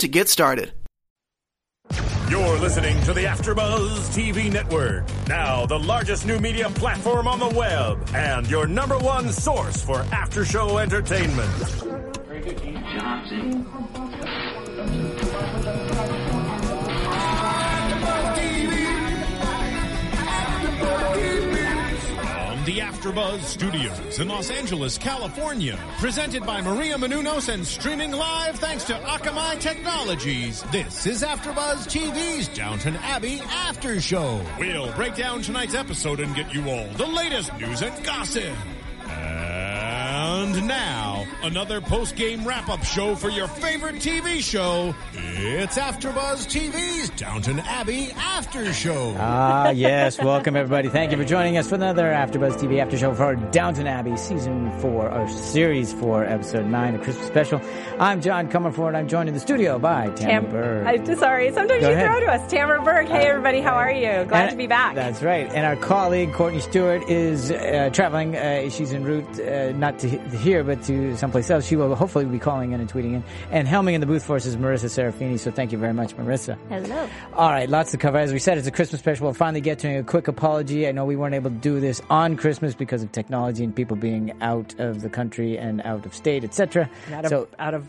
to get started. You're listening to the AfterBuzz TV Network, now the largest new media platform on the web, and your number one source for after-show entertainment. From the AfterBuzz Studios in Los Angeles, California, presented by Maria Menounos and streaming live thanks to Akamai Technologies. This is AfterBuzz TV's Downton Abbey After Show. We'll break down tonight's episode and get you all the latest news and gossip. And now, another post-game wrap-up show for your favorite TV show. It's AfterBuzz TV's Downton Abbey After Show. Ah, yes. Welcome, everybody. Thank you for joining us for another AfterBuzz TV After Show for Downton Abbey Season 4, or Series 4, Episode 9, a Christmas special. I'm John Comerford. I'm joined in the studio by Tammy Tam- Bird. I, sorry, sometimes Go you ahead. throw to us. Tamara Berg. Hey, everybody, how are you? Glad And- to be back. That's right. And our colleague Courtney Stewart is uh, traveling. Uh, she's en route, uh, not to he- here, but to someplace else. She will hopefully be calling in and tweeting in. And helming in the booth for us is Marissa Serafini. So thank you very much, Marissa. Hello. All right, lots to cover. As we said, it's a Christmas special. We'll finally get to a quick apology. I know we weren't able to do this on Christmas because of technology and people being out of the country and out of state, etc. out, of, So Eh, out of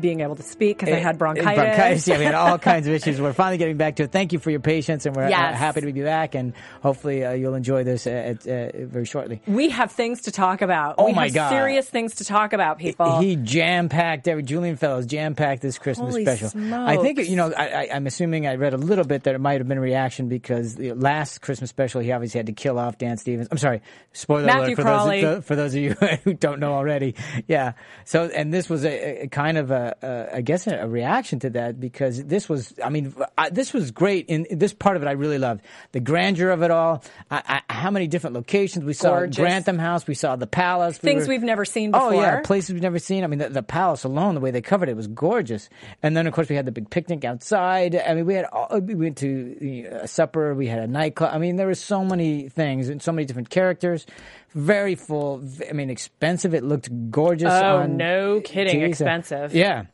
being able to speak because I had bronchitis. Bronchitis, yeah, we had all kinds of issues. We're finally getting back to it. Thank you for your patience, and we're uh, Yes. happy to be back. And hopefully, uh, you'll enjoy this uh, at, uh, very shortly. we have things to talk about. Oh we my have God. serious things to talk about, people. He jam packed every Julian Fellows jam packed this Christmas Holy special. I think smokes. you know. I, I, I'm assuming I read a little bit that it might have been a reaction because the last Christmas special he obviously had to kill off Dan Stevens. I'm sorry, spoiler Matthew alert for Crawley. those for those of you who don't know already. Yeah. So and this was a, a kind of a, a I guess a reaction to that because this was I mean I, this was great in this part of it I really loved the grandeur of it all. I, I, how many different locations we saw Gorgeous. Grantham House, we saw the Palace, we Things we've never seen Oh yeah, before. places we've never seen. I mean, the, the palace alone, the way they covered it was gorgeous. And then, of course, we had the big picnic outside. I mean, we had all, we went to uh, supper. We had a nightclub. I mean, there were so many things and so many different characters. Very full. v- I mean, expensive. It looked gorgeous. Oh, on no kidding, TV, so- expensive. yeah.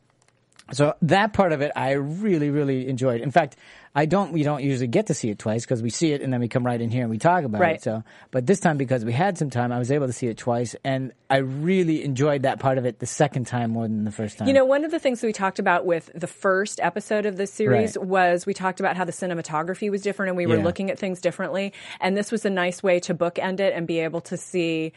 So that part of it, I really, really enjoyed. In fact, I don't. We don't usually get to see it twice because we see it and then we come right in here and we talk about it. Right. So, but this time because we had some time, I was able to see it twice, and I really enjoyed that part of it the second time more than the first time. You know, one of the things we talked about with the first episode of this series Right. was we talked about how the cinematography was different and we were Yeah. looking at things differently. And this was a nice way to bookend it and be able to see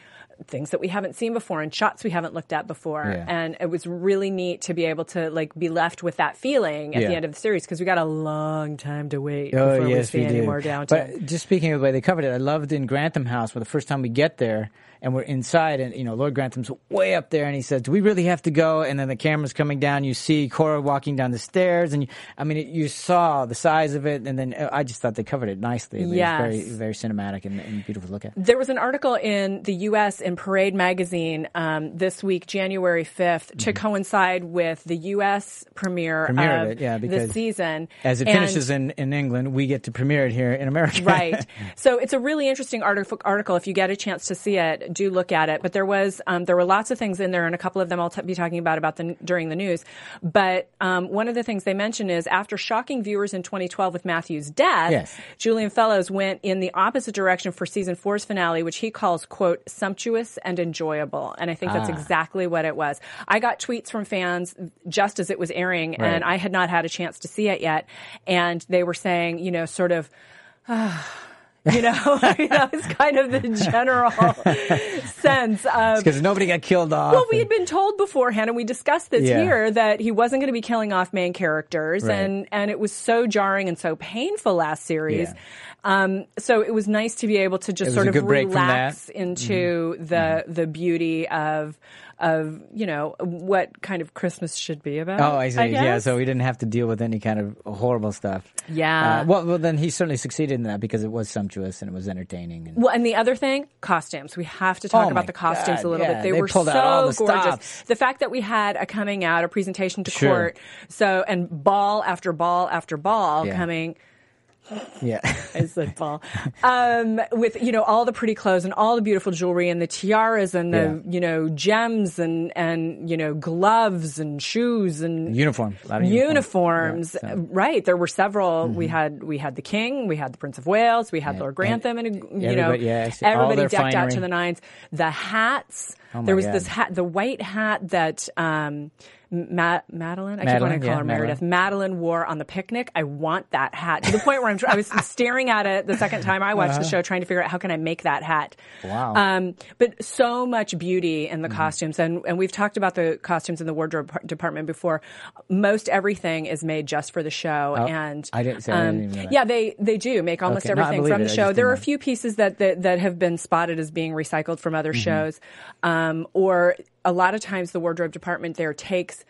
things that we haven't seen before and shots we haven't looked at before. Yeah. And it was really neat to be able to like be left with that feeling at Yeah. the end of the series because we got a long time to wait Oh before yes, we see any do. more downtown. But just speaking of the way they covered it, I loved in Grantham House where the first time we get there and we're inside, and you know Lord Grantham's way up there, and he says, "Do we really have to go?" And then the camera's coming down. You see Cora walking down the stairs, and you, I mean, it, you saw the size of it, and then uh, I just thought they covered it nicely. It was Yes. very very cinematic and, and beautiful to look at. There was an article in the U.S. in Parade magazine um, this week, January 5th, to coincide with the U.S. premiere, Mm-hmm. Premiere of of it, yeah, the because season. As it And- finishes in, in England, we get to premiere it here in America. right. So it's a really interesting article. Article. If you get a chance to see it, do look at it. But there was um, there were lots of things in there, and a couple of them I'll t- be talking about about the during the news. But um, one of the things they mention is after shocking viewers in 2012 with Matthew's death, Yes. Julian Fellows went in the opposite direction for season four's finale, which he calls quote sumptuous and enjoyable. And I think Ah. that's exactly what it was. I got tweets from fans just as it was airing, and Right. I had not had a chance to see it yet, and they were saying, you know, sort of. You know, that was kind of the general sense of. Because nobody got killed off. Well, we and- had been told beforehand, and we discussed this Yeah. here that he wasn't going to be killing off main characters, Right. and and it was so jarring and so painful last series. Yeah. Um, so it was nice to be able to just was sort a of good break from relax into the the beauty of of you know what kind of Christmas should be about. Oh, I see. yeah, guess. so we didn't have to deal with any kind of horrible stuff. Yeah. Uh, well, well, then he certainly succeeded in that because it was sumptuous and it was entertaining. And Well, and the other thing, costumes. We have to talk Oh about my the costumes God, a little yeah. bit. They, They were so pulled out all the gorgeous. stops. The fact that we had a coming out, a presentation to Sure. court, so and ball after ball after ball Yeah. coming. yeah, I said ball um, with you know all the pretty clothes and all the beautiful jewelry and the tiaras and the Yeah. you know gems and and you know gloves and shoes and uniform. A lot of uniform. uniforms. Yeah, Mm-hmm. so- Right, there were several. We had we had the king, we had the Prince of Wales, we had Lord Grantham, and, you know everybody- yeah, I see. All everybody their decked out to finery. Oh the nines. The hats. my there was God. this hat, the white hat that. Um, Ma- Madeline, I keep Madeline, wanting to call yeah, her Meredith. Madeline wore on the picnic. I want that hat to the point where I'm. I was staring at it the second time I watched the show, trying to figure out how can I make that hat. Uh-huh. Wow. Um, but so much beauty in the Mm-hmm. costumes, and and we've talked about the costumes in the wardrobe par- department before. Most everything is made just for the show, Oh, and um, I didn't- sorry, I didn't even know that. yeah, they they do make almost Okay, no, I everything believe from it. the I show. just There are a didn't know. few pieces that that, that have been spotted as being recycled from Mm-hmm. other shows, um, or a lot of times the wardrobe department there takes.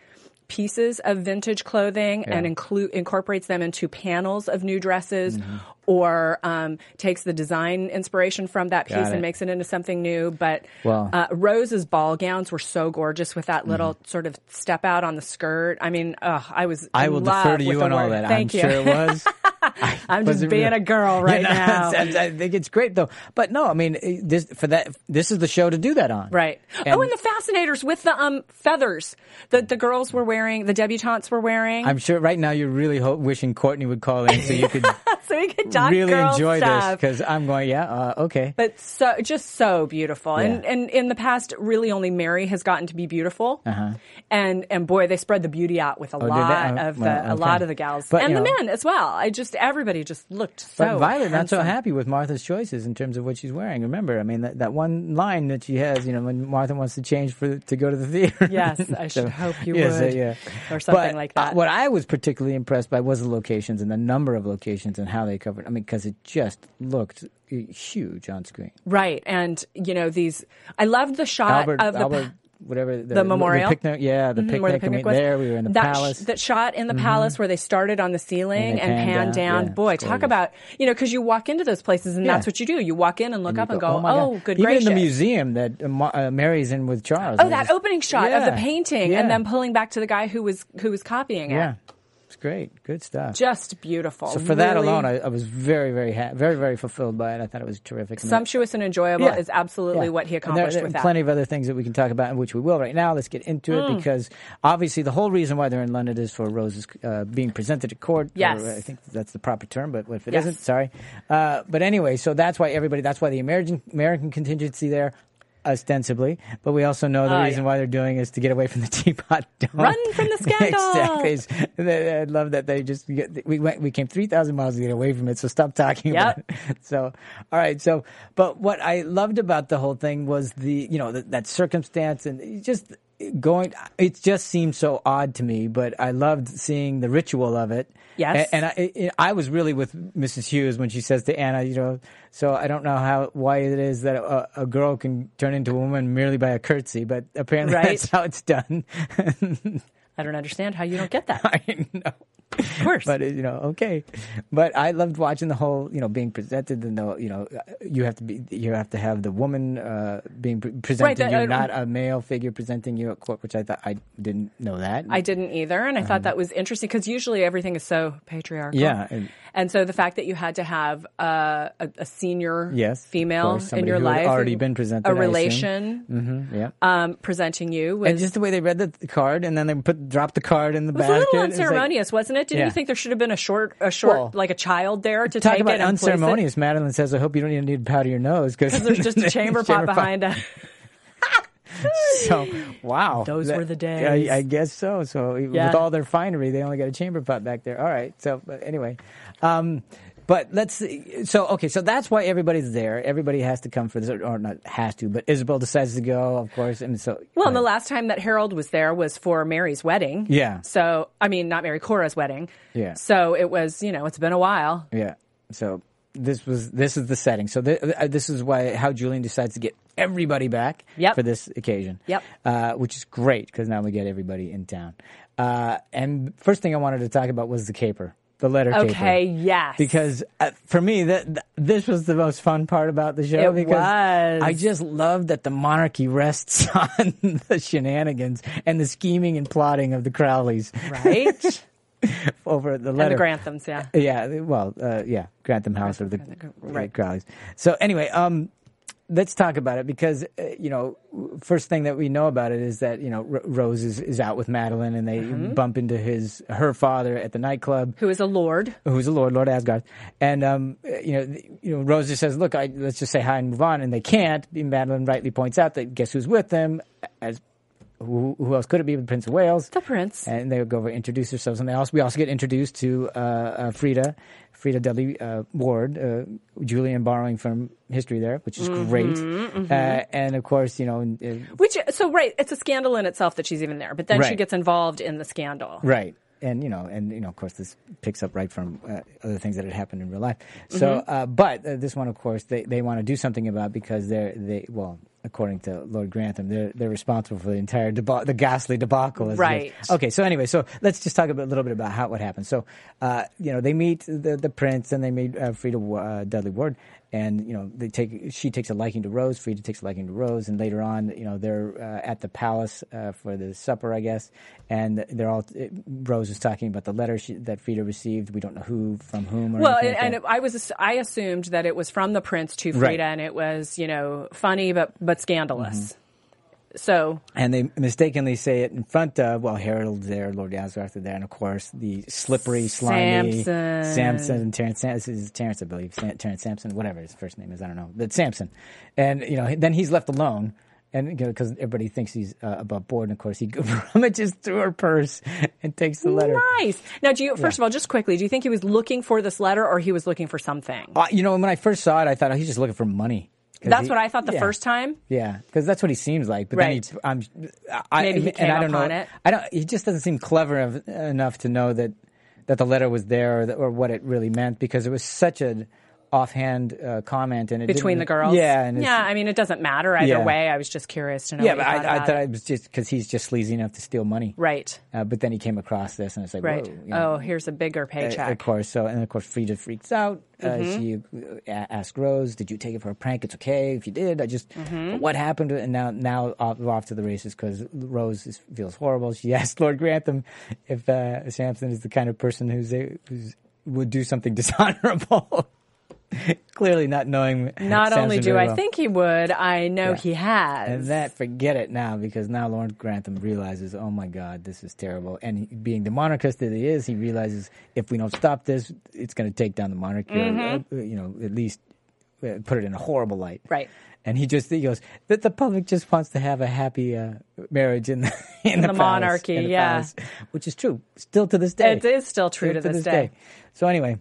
Pieces of vintage clothing and include incorporates them into panels of new dresses, Mm-hmm. or um, takes the design inspiration from that piece and it. makes it into something new. But Wow. uh, Rose's ball gowns were so gorgeous with that little sort of step out on the skirt. I mean, ugh, I was. Mm-hmm. I in will love defer to with you the on all word. that. Thank I'm you. sure it was. I'm Was just it being real? a girl Yeah, right no, now. I, I think it's great though. But no, I mean eh, this for that. This is the show to do that on. Right. oh, and the fascinators with the um feathers that the girls were wearing, the debutantes were wearing. I'm sure right now you're really ho- wishing Courtney would call in so you could so we could talk really girl enjoy this stuff. because I'm going. Yeah. Uh, okay. but so just so beautiful, and Yeah. and in the past, really only Mary has gotten to be beautiful, and and boy, they spread the beauty out with a did they? lot Uh-huh. Oh, of the well, a lot okay. of the gals But, and you the know- men as well. I just everybody just looked so. But Violet not so Oh, handsome. happy with Martha's choices in terms of what she's wearing. Remember, I mean that, that one line that she has, you know, when Martha wants to change for to go to the theater. Yes, I should hope you yes, would, uh, yeah. or something But, like uh, that. what I was particularly impressed by was the locations and the number of locations and how they covered. I mean, because it just looked uh, huge on screen. Right, and you know these. I loved the shot Albert, of the. Albert, whatever the, memorial? the picnic, yeah, the Mhm, picnic. where the I mean, picnic was. there we were in the that sh- palace. Mm-hmm. that shot in the palace where they started on the And ceiling and, they panned panned down. down. Yeah, Boy, it's talk gorgeous. about you know because you walk into those places and Yeah. that's what you do. You walk in and look up You and go, my oh, God." good Even gracious. in the museum that uh, Ma- uh, Mary's in with Charles. Oh, I that just- opening shot of the Yeah. painting Yeah. and then pulling back to the guy who was who was copying it. Yeah, it's great. Good stuff. Just beautiful. So for that Really alone, I, I was very, very, ha- very, very fulfilled by it. I thought it was terrific. And sumptuous and enjoyable Yeah. is absolutely Yeah. what he And there- accomplished there are with that. Mm. Plenty of other things that we can talk about, and which we will right now. Let's get into it because obviously the whole reason why they're in London is for Rose's uh, being presented to court. or Yes. I think that's the proper term, but if it Yes. not sorry. Uh, but anyway, so that's why everybody. That's why the American American contingency there. Ostensibly, but we also know the Oh, reason yeah. why they're doing is to get away from the teapot dome. Run from the scandal. exactly. It's- they- I love that they just get, we went we came three thousand miles to get away from it. So stop talking Yep. about it. So all right. So but what I loved about the whole thing was the you know that that circumstance and it just going. It just seemed so odd to me, but I loved seeing the ritual of it. Yes. A- and, I, I I was really with Mrs. Hughes when she says to Anna, you know, so I don't know how why it is that a, a girl can turn into a woman merely by a curtsy, but apparently Right. that's how it's done. I don't understand how you don't get that. I know. Of course. But uh, you know, okay. But I loved watching the whole, you know, being presented and the, you know, uh, you have to be, you have to have the woman uh, being pre- presenting that- uh, you, I- not a male figure presenting you at court, which I thought I didn't know that. I didn't either, and I thought that was interesting because usually everything is so patriarchal. Um, Yeah, and- and so the fact that you had to have uh, a, a senior Yes, of female course, in somebody your who had life, already and been presented, a I assume. relation Mm-hmm, yeah. um, presenting you was and just the way they read the card and then they put dropped the card in the it was a basket. little it's like- unceremonious, wasn't it? Didn't Yeah. you think there should have been a short, a short, Well, like a child there to Talk take about it and place it? unceremonious. Madeline says, "I hope you don't even need to powder your nose because There's just a chamber pot behind us. So wow, Those were the days. I, I guess so. So Yeah. with all their finery, they only got a chamber pot back there. All right. So but anyway, um, but let's see. So okay, so that's why everybody's there. Everybody has to come for this, or not has to, but Isabel decides to go, of course, and so Well, and the last time that Harold was there was for Mary's wedding. Yeah. So, I mean, not Mary Cora's wedding. Yeah. So it was, you know, it's been a while. Yeah. So this was this is the setting. So th- uh, this is why how Julian decides to get everybody back Yep. for this occasion. Yep. Uh, which is great because now we get everybody in town. Uh, and first thing I wanted to talk about was the caper, the letter caper. Okay, yes. Because uh, for me, th- th- this was the most fun part about the show. It because was. I just love that the monarchy rests on the shenanigans and the scheming and plotting of the Crowleys right? over the and letter. the Granthams, yeah. Yeah, th- well, uh, yeah, Grantham House or the, right. the Crowleys. So anyway, um, let's talk about it because uh, you know, w- first thing that we know about it is that you know R- Rose is, is out with Madeline and they bump into his her father at the nightclub, Who is a lord. who's a lord, Lord Asgard, and um, uh, you know, th- you know, Rose just says, "Look, I, let's just say hi and move on," and they can't. And Madeline rightly points out that guess who's with them as. Who, who else could it be? but The Prince of Wales. The prince. And they would go over and introduce themselves. And they also, we also get introduced to uh, uh, Frida, Frida Dudley uh, Ward, uh, Julian borrowing from history there, which is great. Uh, and of course, you know, and, uh, Which, so right, it's a scandal in itself that she's even there, but then she Right. gets involved in the scandal. right. And you know, and you know, of course, this picks up right from uh, other things that had happened in real life. So, uh, but uh, this one, of course, they, they want to do something about because they're they well, according to Lord Grantham, they're they're responsible for the entire deba- the ghastly debacle. as it is. Right. Okay. So anyway, so let's just talk about, a little bit about how what happened. So, uh, you know, they meet the the prince and they meet uh, Frida uh, Dudley Ward, and you know, they take she takes a liking to Rose. Frida takes a liking to Rose, and later on, you know, they're uh, at the palace uh, for the supper, I guess, and they're all uh, Rose is talking about the letter she, that Frida received. We don't know who from whom. Or Well, anything and, like and that. I was I assumed that it was from the prince to Frida, Right. and it was you know funny but but scandalous. Mm-hmm. So and they mistakenly say it in front of well Harold's there, Lord Asgarth is there, and of course the slippery, slimy Samson. Samson and Terrence Sampson is Terrence, I believe, Sam, Terrence Sampson, whatever his first name is, I don't know, but Sampson, and you know then he's left alone. And because everybody thinks he's uh, above board, and of course he rummages through her purse and takes the letter. nice. Now, do you first of all just quickly? Do you think he was looking for this letter, or he was looking for something? Uh, you know, when I first saw it, I thought oh, he's just looking for money. 'Cause That's he- what I thought the yeah. first time. Yeah, because that's what he seems like. But Right. then he, I'm, I, Maybe he and I came don't upon know. it. I don't. He just doesn't seem clever of, enough to know that that the letter was there or, that, or what it really meant because it was such an offhand uh, comment and it Between didn't- the girls, Yeah, and it's- yeah. I mean, it doesn't matter either Yeah. way. I was just curious to know. yeah. what But you thought I, I about thought it. it was just because he's just sleazy enough to steal money. right, Uh, but then he came across this and it's like, right. Whoa, you know. Oh, here's a bigger paycheck. Mm-hmm. Of course. So, and of course, Frida freaks out. Uh, she uh, a- asked Rose, "Did you take it for a prank? It's okay if you did. I just Mm-hmm. but what happened?" And now, now off, we're off to the races because Rose is, feels horrible. She asked Lord Grantham if uh, Samson is the kind of person who's a, who's would do something dishonorable. Clearly, not knowing. Not only Samson do very I well. think he would, I know Yeah. he has. And that, forget it now, because now Lawrence Grantham realizes, oh my God, this is terrible. And he, being the monarchist that he is, he realizes if we don't stop this, it's going to take down the monarchy, or, uh, you know, at least uh, put it in a horrible light. Mm-hmm. Right. And he just he goes that the public just wants to have a happy uh, marriage in the in, the palace, monarchy, in the yeah. palace, which is true still to this day. It is still true Still to this day. So anyway,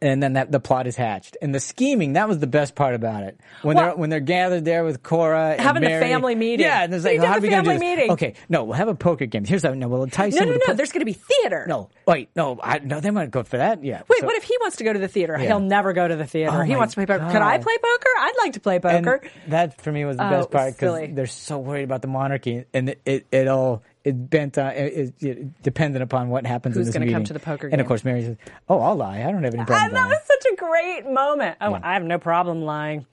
and then that the plot is hatched, and the scheming that was the best part about it. When Well- they're when they're gathered there with Cora, and Having a Mary- family meeting. yeah, and there's They like, did how a are we going to do family this? meeting. Okay, no, we'll have a poker game. Here's how no, we'll entice. no, him no, with a no. po- There's going to be theater. no, wait, no, I, no, they might go for that. Yeah, Wait, So- what if he wants to go to the theater? He'll never go to the theater. Oh he my wants to play poker. Could I God. play poker? I'd like to play And poker. that for me was the Oh, best it was part silly. because they're so worried about the monarchy, and it it, it all it bent on it, it, it dependent upon what happens. in Who's this gonna come meeting. to the poker And game? of course, Mary says, "Oh, I'll lie. I don't have any problem." And that lying." was such a great moment. Oh, I have no problem lying.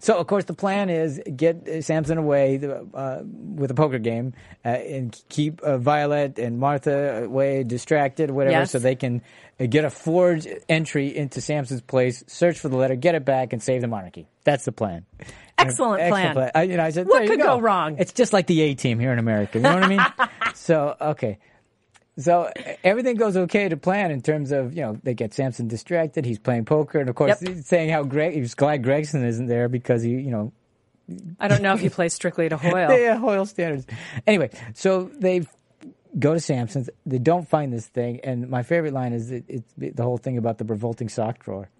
So, of course, the plan is get uh, Samson away uh, with a poker game uh, and keep uh, Violet and Martha away, distracted, whatever, Yes. so they can uh, get a forged entry into Samson's place, search for the letter, get it back, and save the monarchy. That's the plan. Excellent plan. I, you know, I said, What there you could go wrong? It's just like the A team here in America. You know what I mean? so, okay. So everything goes okay to plan in terms of you know they get Samson distracted. He's playing poker, and of course Yep. he's saying how Greg he's glad Gregson isn't there because he you know I don't know if he plays strictly to Hoyle. yeah Hoyle standards. Anyway, so they go to Samson's. They don't find this thing, and my favorite line is it, it's the whole thing about the revolting sock drawer.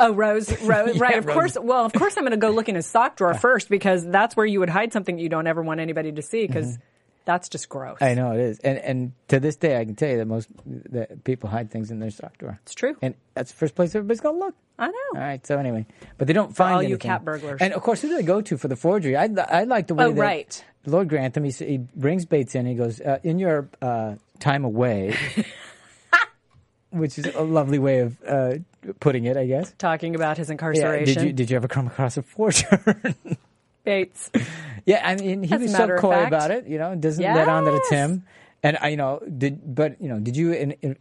Oh, Rose, Rose, right? Yeah, Of Rose. course. Well, of course, I'm going to go look in his sock drawer first because that's where you would hide something you don't ever want anybody to see. Because That's just gross. Mm-hmm. I know it is, and and to this day, I can tell you that most that people hide things in their sock drawer. It's true. and that's the first place everybody's gonna look. I know. All right, so anyway, but they don't find all you anything. cat burglars. And of course, who do they go to for the forgery? I I like the way Oh, that right. Lord Grantham he, s- he brings Bates in. He goes uh, in your uh, time away, which is a lovely way of uh, putting it, I guess. Talking about his Yeah, incarceration. did you did you ever come across a forger? Bates. Yeah, I mean, he As a was so matter of coy fact. about it, you know, doesn't let on that it's Yes. him. And I, you know, did but you know, did you in, in,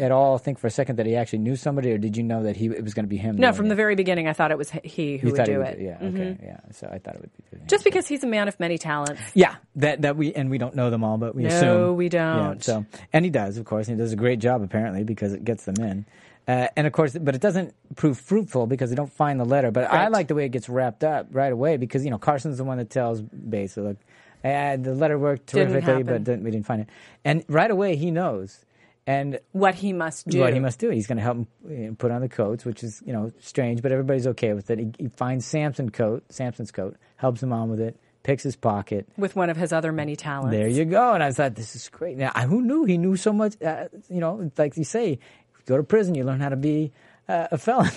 at all think for a second that he actually knew somebody, or did you know that he it was going to be him? No, doing from it? the very beginning, I thought it was h- he who you would thought he do would it. Mm-hmm. Yeah, okay, yeah. So I thought it would be him. Just because he's a man of many talents. yeah, that that we and we don't know them all, but we No, assume. we Yeah, don't. so and he does, of course, and he does a great job apparently because it gets them in. Uh, and of course, but it doesn't prove fruitful because they don't find the letter. But I Right. like the way it gets wrapped up right away because you know Carson's the one that tells Bates, "Look, eh, the letter worked Didn't terrifically, but happen. didn't, we didn't find it." And right away, he knows. And What he must do. what he must do. He's going to help him you know, put on the coats, which is you know strange, but everybody's okay with it. He, he finds Samson coat, Samson's coat, helps him on with it, picks his pocket. with one of his other many talents. There you go. And I thought this is great. Now, who knew he knew so much? Uh, you know, like you say, you go to prison, you learn how to be uh, a felon.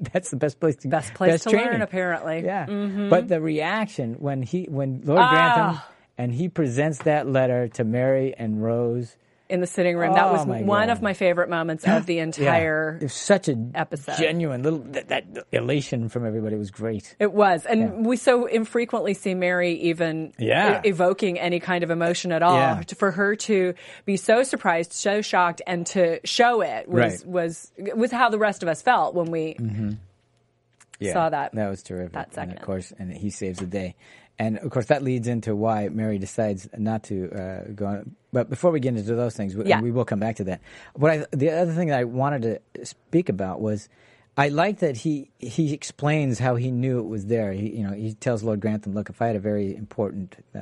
That's the best place to Best place to training. learn, apparently. Mm-hmm. Ah. Yeah. But the reaction when he when Lord Grantham and he presents that letter to Mary and Rose. In the sitting room. that Oh, was my one God. of my favorite moments of the entire. It was such a episode. genuine little that, that elation from everybody was great. It was, and we so infrequently see Mary even Yeah. e- evoking any kind of emotion at all. Yeah. To- For her to be so surprised, so shocked, and to show it was Right. Mm-hmm. was was how the rest of us felt when we saw that. That was terrific. that And second. of course, and he saves the day. And of course, that leads into why Mary decides not to uh, go. On. But before we get into those things, we, Yeah. we will come back to that. What I, the other thing that I wanted to speak about was, I like that he he explains how he knew it was there. He, you know, he tells Lord Grantham, "Look, if I had a very important." Uh,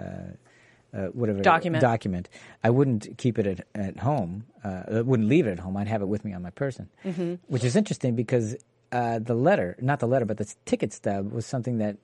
uh, whatever Document. document, I wouldn't keep it at, at home. Uh, I wouldn't leave it at home. I'd have it with me on my person, Mm-hmm. which is interesting because uh, the letter, not the letter, but the ticket stub was something that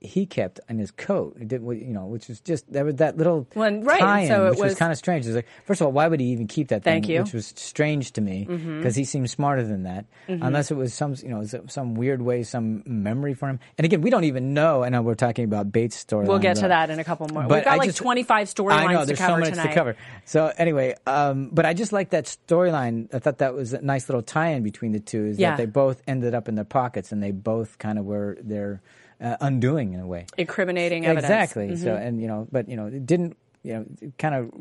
he kept in his coat. It did, you know, which was just there was that little Well, and- right, tie-in, so it which was, was- kind of strange. It was like, first of all, why would he even keep that? Thing, Thank you. Mm-hmm. Which was strange to me because he seemed smarter than that, unless it was some, you know, some weird way, some memory for him. And again, we don't even know. I know we're talking about Bates' story. We'll line, get to but- that in a couple more. uh, but We've got I like just- 25 I know storylines to there's cover so much tonight. to cover. So anyway, um, but I just like that storyline. I thought that was a nice little tie-in between the two. Is Yeah. that they both ended up in their pockets and they both kind of were their uh, undoing in a way. Incriminating evidence. Mm-hmm. Exactly. So and you know, but you know, it didn't. You know, it kind of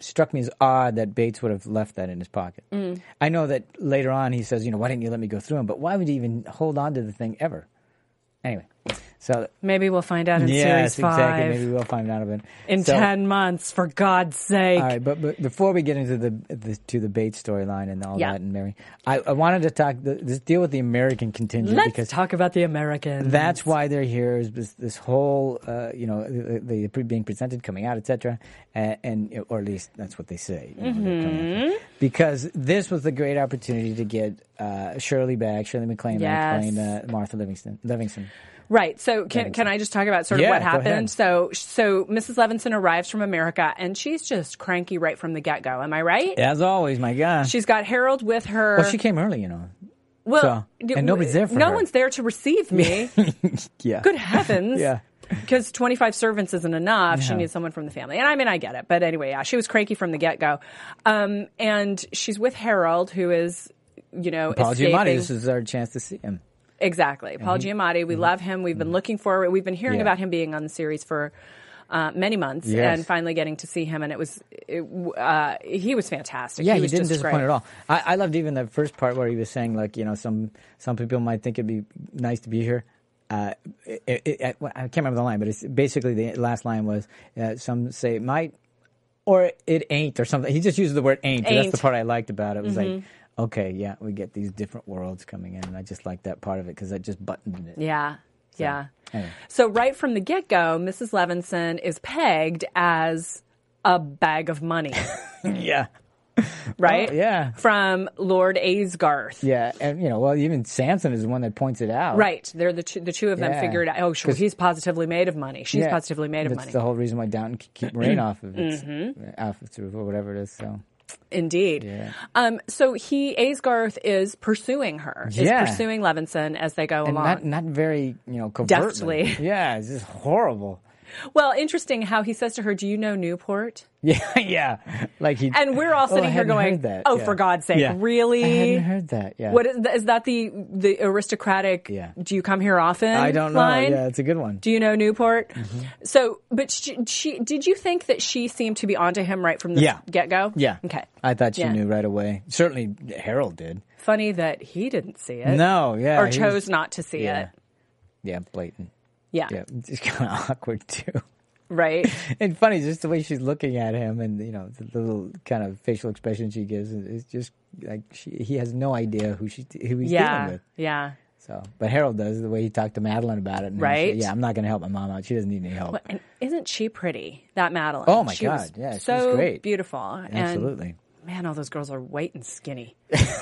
struck me as odd that Bates would have left that in his pocket. Mm. I know that later on he says, you know, why didn't you let me go through him? But why would you even hold on to the thing ever? Anyway, so Maybe we'll find out in yes, series five exactly. Maybe we'll find out about it in So- 10 months. For God's sake. all right, but, but before we get into the, the to the Bates storyline and all Yeah. that and Mary, I, I wanted to talk the, this deal with the American contingent Let's because talk about the Americans. that's why they're here. Is this, this whole uh, you know the, the pre- being presented, coming out, etc. And, and or at least that's what they say. you know, they're coming Mm-hmm. out. Because this was the great opportunity to get uh, Shirley back, Shirley MacLaine back, Yes. playing uh, Martha Livingston. Livingston. Right. So can can I just talk about sort of Yeah, what go ahead. happened? So so Mrs. Levinson arrives from America and she's just cranky right from the get go. Am I right? As always, my God. She's got Harold with her. well, she came early, you know. Well, so- d- and nobody's there for No her. one's there to receive me. Yeah. Good heavens. Yeah. Because 25 servants isn't enough. She needs someone from the family. And I mean, I get it. But anyway, yeah, she was cranky from the get go. Um, and she's with Harold, who is, you know, Paul escaping. Giamatti. This is our chance to see him. Exactly. Paul Giamatti, we love him. We've been looking forward. We've been hearing Mm-hmm. Yeah. about him being on the series for uh, many months Yes. and finally getting to see him. And it was, it, w- uh, he was fantastic. Yeah, he, he, was didn't just disappoint great. at all. I, I loved even the first part where he was saying like, you know, some some people might think it'd be nice to be here. Uh, it, it, I, I can't remember the line, but it's basically the last line was uh, some say it might or it ain't or something. He just used the word ain't. That's the Ain't. Mm-hmm. part I liked about it. It was like, okay, yeah, we get these different worlds coming in, and I just like that part of it because I just buttoned it. Yeah. yeah. anyway. So right from the get go, Mrs. Levinson is pegged as a bag of money. Yeah. right? Oh, yeah. From Lord Aesgarth. Yeah, and you know, well, even Samson is the one that points it out. Right. They're the two, the two of them Yeah. figured out. Oh, sure. He's positively made of money. She's Yeah. positively made of That's money. Mm-hmm. the whole reason why Downton can keep rain off of its off its roof or whatever it is. So Indeed. Um, so he Aesgarth is pursuing her. Yeah. Is pursuing Levinson as they go and along. not not very you know covertly. Deftly. Yeah, it's just horrible. well, interesting how he says to her, "Do you know Newport?" Yeah, yeah. Like he And we're all Oh, I sitting here hadn't going, heard that. "Oh, Yeah. for God's sake, Yeah. really?" I hadn't heard that. Yeah, What is, th- is that the the aristocratic? Yeah. Do you come here often? I don't know. line? Yeah, Mm-hmm. it's a good one. Do you know Newport? So, but she, she did you think that she seemed to be onto him right from the Yeah. get go? yeah. Okay. I thought you Yeah. knew right away. Certainly, Harold did. Funny that he didn't see it. No, yeah, Or he chose was- not to see yeah. it. Yeah, blatant. Yeah. Yeah, it's kind of awkward too. Right. And funny, just the way she's looking at him, and you know the little kind of facial expression she gives is is just like she, he has no idea who she who he's dealing yeah. with. Yeah. So, but Harold does the way he talked to Madeline about it. And he said, Right. yeah, I'm not going to help my mom out. She doesn't need any help. And isn't she pretty? That Madeline. Oh, my She was God. Yeah, she was so great. beautiful. Absolutely. And man, all those girls are white and skinny.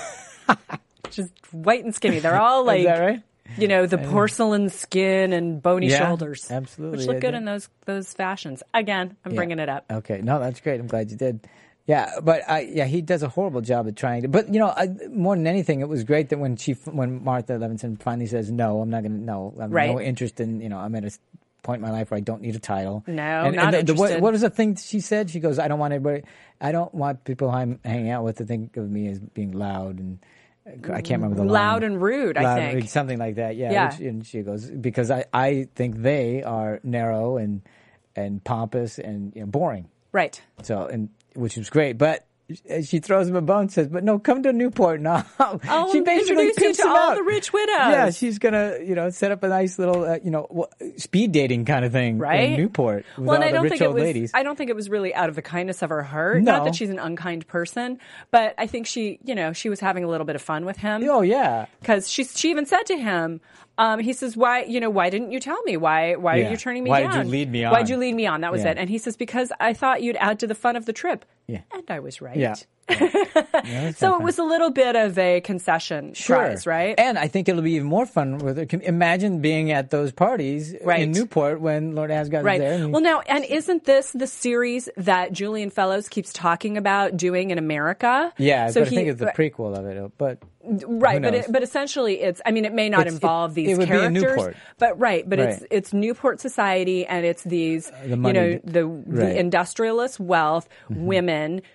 Just white and skinny. They're all like Is that right? you know, the porcelain skin and bony Yeah, shoulders. absolutely. Which Yeah, look good they- in those those fashions. Again, I'm Yeah. Uh, bringing it up. Okay, no, that's great. I'm glad you did. Yeah, but I yeah he does a horrible job at trying to. But you know, I, more than anything, it was great that when she when Martha Levinson finally says no, I'm not going to no, I'm Right. no interest in you know I'm at a s- point in my life where I don't need a title. No, and, not and the- the- what, interested. what was the thing she said? She goes, I don't want anybody, I don't want people I'm hanging out with to think of me as being loud and I can't remember the line. Loud and rude, I Loud- think. something like that. Yeah. Yeah. Which- and she goes because I, I think they are narrow and and pompous and you know, boring. Right. So and which was great, but she throws him a bone. and Says, "But no, come to Newport now." I'll she basically introduce you pimps to him all out. the rich widows. Yeah, she's gonna you know set up a nice little uh, you know w- speed dating kind of thing Right. in Newport with well, and all I the don't rich think old it was. ladies. I don't think it was really out of the kindness of her heart. Not No. that she's an unkind person, but I think she, you know, she was having a little bit of fun with him. oh yeah, because she she even said to him, um, he says, "Why you know why didn't you tell me? Why why Yeah. are you turning me Why did down? you lead me on?" Why'd you lead me on? That was Yeah. it." And he says, "Because I thought you'd add to the fun of the trip." Yeah. and I was right. Yeah. so it was a little bit of a concession prize, right? And I think it'll be even more fun with her. Imagine being at those parties Right. in Newport when Lord Asgard is Right. there. and- Well, now, and isn't this the series that Julian Fellows keeps talking about doing in America? yeah, So but he, I think it's the prequel of it. uh, But right, but knows? it, but essentially, it's. I mean, it may not It's- it- involve these it would be characters, in Newport. but right, but it's Right. Uh, it's Newport society, and it's these the you know moneyed- the, right. Mm-hmm. the industrialist wealth women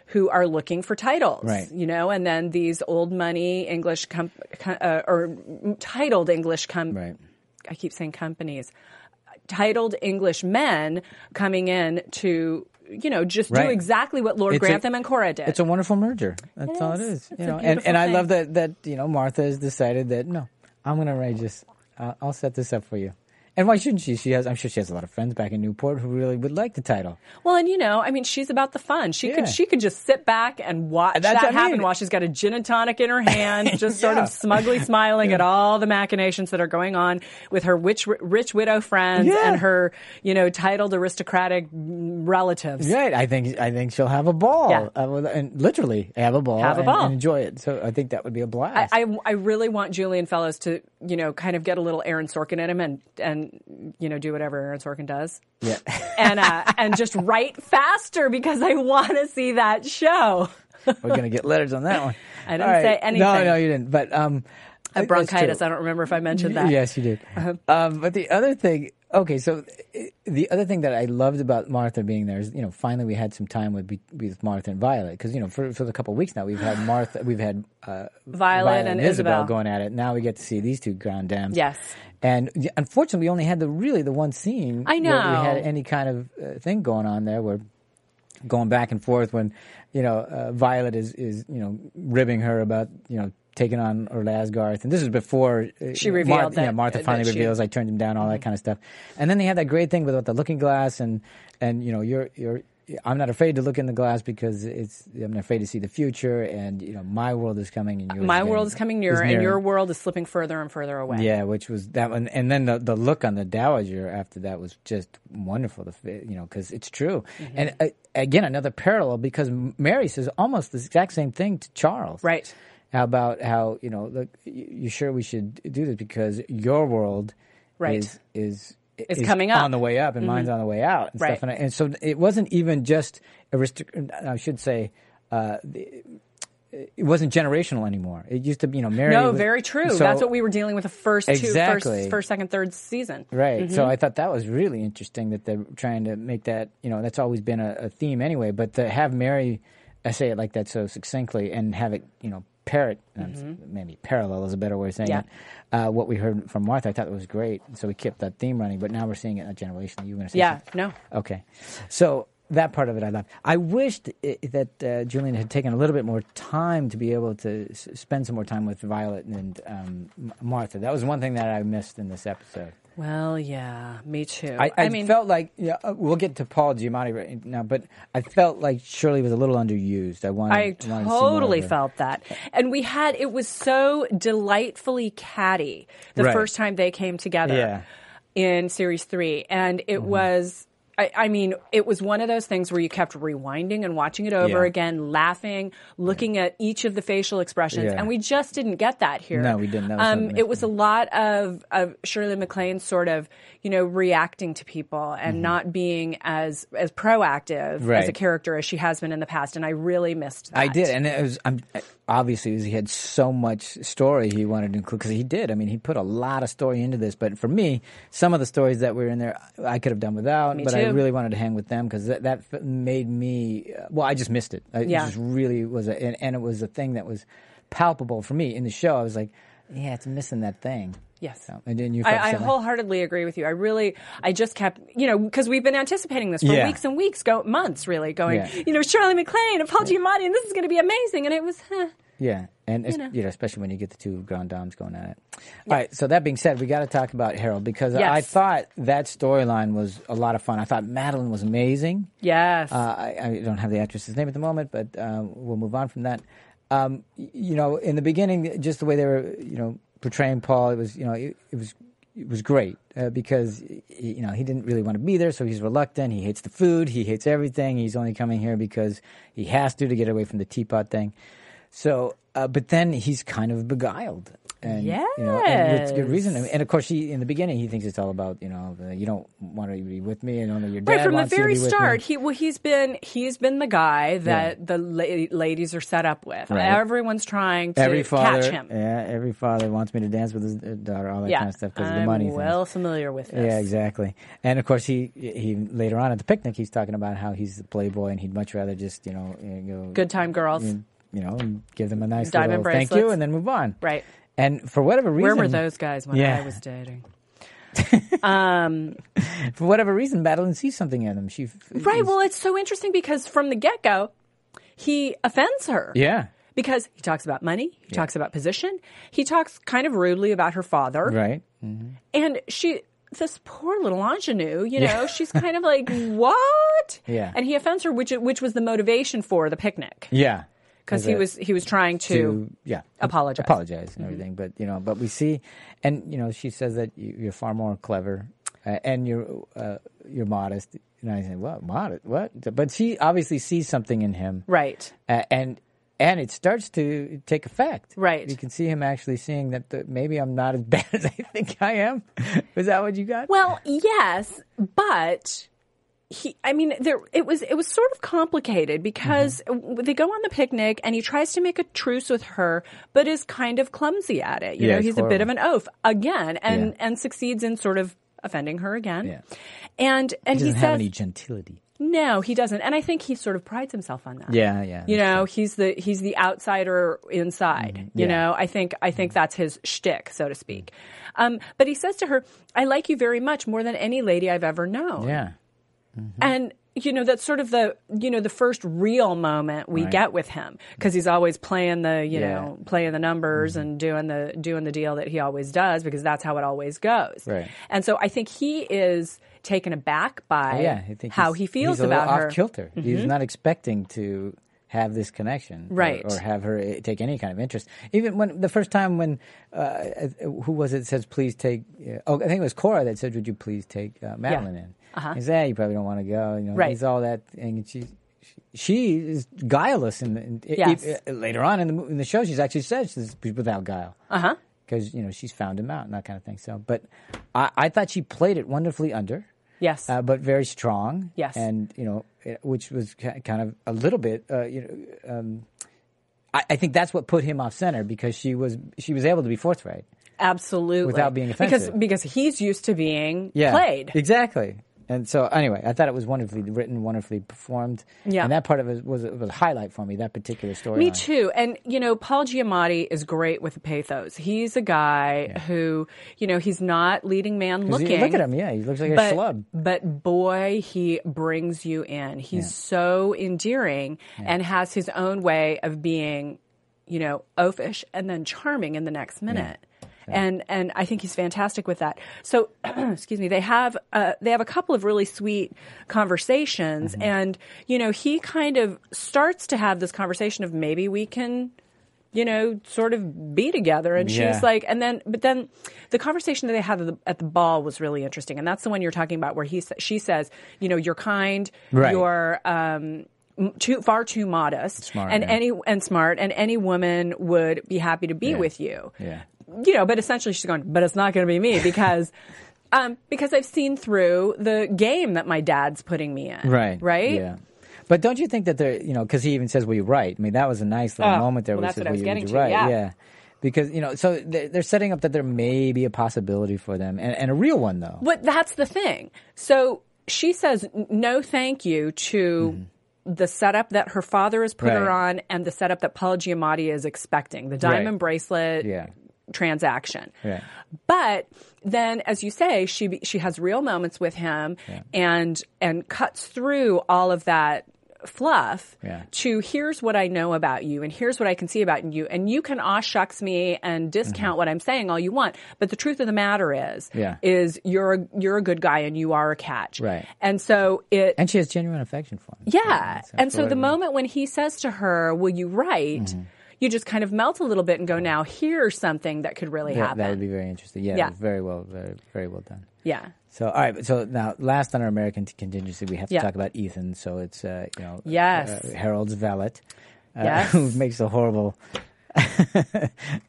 who are looking for titles, Right. you know, and then these old money English com- com- uh, or titled English com- Right. I keep saying companies, titled English men coming in to. You know, just do Right. exactly what Lord It's a- Grantham and Cora did. It's a wonderful merger. That's all it is. is. It's You a know, and beautiful and I thing. love that that you know Martha has decided that no, I'm going to arrange this. Uh, I'll set this up for you. And why shouldn't she? She has. I'm sure she has a lot of friends back in Newport who really would like the title. Well, and you know, I mean, she's about the fun. She Yeah. could she could just sit back and watch That's that what I happen mean. while she's got a gin and tonic in her hand, just sort Yeah. of smugly smiling at all the machinations that are going on with her rich rich widow friends Yeah. and her you know titled aristocratic relatives. Right. I think I think she'll have a ball. Yeah. Uh, well, and literally have a ball. Have a and, ball. and enjoy it. So I think that would be a blast. I, I really want Julian Fellows to, you know, kind of get a little Aaron Sorkin in him and, and you know, do whatever Aaron Sorkin does. yeah. And, uh, and just write faster because I want to see that show. We're gonna get letters on that one. I didn't All right. say anything. No, no, you didn't. But um, I have bronchitis. that's true. I don't remember if I mentioned that. Uh-huh. Yes, you did. Um, but the other thing, okay, so uh, the other thing that I loved about Martha being there is, you know, finally we had some time with be- with Martha and Violet because you know for for the couple weeks now we've had Martha, we've had uh, Violet, and Isabel. going at it. Now we get to see these two ground dams. Yes. And y- unfortunately, we only had the really the one scene. I where we had know. any kind of uh, thing going on there where going back and forth when you know uh, Violet is is you know ribbing her about you know taking on or Lasgarth, and this is before uh, She revealed Martha, that- uh, yeah, Martha that finally she- reveals Mm-hmm. I turned him down, all that kind of stuff, and then they had that great thing with, with the looking glass and and you know you're you're I'm not afraid to look in the glass because it's I'm not afraid to see the future, and you know my world is coming, and yours My getting- world is coming nearer, and nearing. your world is slipping further and further away. Yeah, which was that one, and then the the look on the dowager after that was just wonderful. The fa- you know because it's true, Mm-hmm. and uh, again another parallel because Mary says almost the exact same thing to Charles, Right. How about how you know look, y- you sure we should do this because your world, Right. is is Is coming up. Mm-hmm. on the way up and mine's on the way out and Right. stuff, and, I- and so it wasn't even just aristocrat. I should say. Uh, the, it wasn't generational anymore. It used to be, you know, Mary. No, was- very true. so- That's what we were dealing with the first two, Exactly. first, first, second, third season. Right. So Mm-hmm. I thought that was really interesting that they're trying to make that, you know, that's always been a, a theme anyway, but to have Mary I say it like that so succinctly and have it, you know, parrot, um, maybe parallel is a better way of saying Mm-hmm. Yeah. it, uh, what we heard from Martha. I thought it was great. So we kept that theme running, but now we're seeing it in a generation. You were going to say Yeah. something? No. Okay. So that part of it I loved. I wished i that uh, Julian had taken a little bit more time to be able to s- spend some more time with Violet and um, M- Martha. That was one thing that I missed in this episode. Well, yeah, me too. I, I, mean, felt like yeah, uh, we'll get to Paul Giamatti right now, but I felt like Shirley was a little underused. I wanted, I wanted to see more of totally her. felt that. And we had, it was so delightfully catty the Right. first time they came together Yeah. Mm-hmm. in series three. And it was, I, I mean, it was one of those things where you kept rewinding and watching it over Yeah. again, laughing, looking at each of the facial expressions. Yeah. And we just didn't get that here. No, we didn't. That was Um, something it was a lot of, of Shirley MacLaine sort of, you know, reacting to people and not being as, as proactive as a Mm-hmm. Right. character as she has been in the past. And I really missed that. I did, and it was I'm, obviously it was- he had so much story he wanted to include because he did. I mean, he put a lot of story into this, but for me, some of the stories that were in there I could have done without, Me but I too. really wanted to hang with them because that, that f- made me. uh, Well, I just missed it. I, Yeah. It just really was, a, and, and it was a thing that was palpable for me in the show. I was like, yeah, it's missing that thing. Yes. So, Oh, and then you. felt I, I similar. wholeheartedly agree with you. I really, I just kept, you know, because we've been anticipating this for Yeah. weeks and weeks, go months really, going, Yeah. you know, Shirley MacLaine and Paul Giamatti, and this is going to be amazing. And it was, huh. Yeah, and it's, you, know. especially when you get the two grand dames going at it. All right. So that being said, we got to talk about Harold because Yes. I thought that storyline was a lot of fun. I thought Madeline was amazing. yes, Uh, I, I don't have the actress's name at the moment, but um, we'll move on from that. Um, y- you know, in the beginning, just the way they were, you know, portraying Paul, it was, you know, it, it was. It was great uh, because y- you know he didn't really want to be there, so he's reluctant. He hates the food. He hates everything. He's only coming here because he has to to get away from the teapot thing. So, uh, but then he's kind of beguiled, and you know, and with good reason. And of course, he in the beginning he thinks it's all about you know the, you don't want to be with me, and only your dad right from the wants you to very be with me. start, he well, he's been he's been the guy that the la- ladies are set up with. Right. Everyone's trying to every father, catch him. Yeah, every father wants me to dance with his uh, daughter, all that Yeah. kind of stuff because of I'm the money. thing. well familiar with this. Yeah, exactly. And of course, he he later on at the picnic, he's talking about how he's the playboy and he'd much rather just you know you know, Good time girls. you know give them a nice Diamond little thank you bracelets. and then move on. Right. And for whatever Where reason, were those guys when Yeah. I was dating? For whatever reason, Madeline sees something in him. She f- Right. is- Well, it's so interesting because from the get go, he offends her. yeah, Because he talks about money, he talks about position, he talks kind of rudely about her father. right. And she, this poor little ingenue, you know, she's kind of like, what? Yeah. And he offends her, which, which was the motivation for the picnic. Yeah, Because As he a- was, he was trying to, to yeah apologize. Mm-hmm. apologize and everything but you know but we see and you know she says that you, you're far more clever uh, and you're uh, you're modest and i said what modest what but she obviously sees something in him Right. uh, and and it starts to take effect Right. you can see him actually seeing that the, maybe i'm not as bad as i think i am is that what you got Well, yes, but he I mean there it was it was sort of complicated because w they go on the picnic and he tries to make a truce with her but is kind of clumsy at it. You Yeah, know, it's he's a bit of horrible. an oaf again and Yeah. and succeeds in sort of offending her again. Yeah. And and he he, doesn't says have any gentility no, he doesn't. And I think he sort of prides himself on that. yeah yeah You know, he's the he's the outsider inside. You Mm-hmm. Yeah. Mm-hmm. know, I think I think that's his shtick, so to speak. Um, but he says to her, "I like you very much more than any lady I've ever known." yeah And you know, that's sort of the you know the first real moment we Right. get with him because he's always playing the you Yeah. Mm-hmm. know playing the numbers and doing the doing the deal that he always does because that's how it always goes. Right. And so I think he is taken aback by Oh, yeah, I think how he's- he feels he's a little about her. Mm-hmm. Off kilter. He's not expecting to have this connection, or- Right. Or, have her eh, take any kind of interest. Even when the first time when uh, eh, who was it says please take? eh, oh, I think it was Cora that said, "Would you please take uh, Madeline in?" Uh-huh. He said, "Yeah, "You probably don't want to go." You know, Right. He's all that, thing, and she. she- She is guileless, in the, in, eh, Yes. eh, eh, later on in the mo- in the show, she's actually said she's without guile. Uh Uh-huh. huh. Because you know she's found him out and that kind of thing. So, but I, I thought she played it wonderfully under Yes. uh, but very strong. Yes. and you know, it- which was ki- kind of a little bit, uh, you know, um, I, I think that's what put him off center because she was she was able to be forthright. Absolutely. Without being offensive. Because because he's used to being played. exactly. And so, anyway, I thought it was wonderfully written, wonderfully performed. Yeah. and that part of it was was a highlight for me. That particular story. Me too. And, you know, Paul Giamatti is great with pathos. He's a guy who, you know, he's not leading man looking. Look at him. Yeah, he looks like a but, schlub. But boy, he brings you in. He's so endearing and has his own way of being, you know, oafish and then charming in the next minute. And and I think he's fantastic with that. So excuse me, they have uh, they have a couple of really sweet conversations, and you know he kind of starts to have this conversation of maybe we can you know, sort of be together. And she was Yeah. like, and then, but then the conversation that they had at the, at the ball was really interesting. And that's the one you're talking about where he, sa- she says, you know, you're kind, Right. you're, um, m- too far too modest Smart, and yeah. any and smart and any woman would be happy to be with you Yeah. you know but essentially she's going but it's not going to be me because um because i've seen through the game that my dad's putting me in Right. right Yeah. But don't you think that they're, you know, because he even says, "Will you write?" I mean, that was a nice little Oh, moment there. well, where that's he says, what I "Will was you- getting would to, you write?" yeah. Because you know, so they're, they're setting up that there may be a possibility for them, and, and a real one though. But that's the thing. So she says n- no thank you to the setup that her father has put her Mm-hmm. Right. on and the setup that Paul Giamatti is expecting, the diamond Right. bracelet Yeah. transaction. Right. But then as you say, she be- she has real moments with him and and cuts through all of that fluff Yeah. to here's what I know about you and here's what I can see about you and you can aw shucks me and discount what I'm saying all you want but the truth of the matter is Mm-hmm. Yeah. is you're a, you're a good guy and you are a catch Right. and so it And she has genuine affection for him. yeah and so the moment. moment when he says to her will you write Mm-hmm. you just kind of melt a little bit and go now here's something that could really Yeah, happen that would be very interesting. Yeah, Yeah. that was very well, very, very well done. yeah So all right, but so now last on our American t- contingency, we have to Yeah. talk about Ethan. So it's uh, you know, Yes. uh, Harold's valet, uh, Yes. who makes a horrible.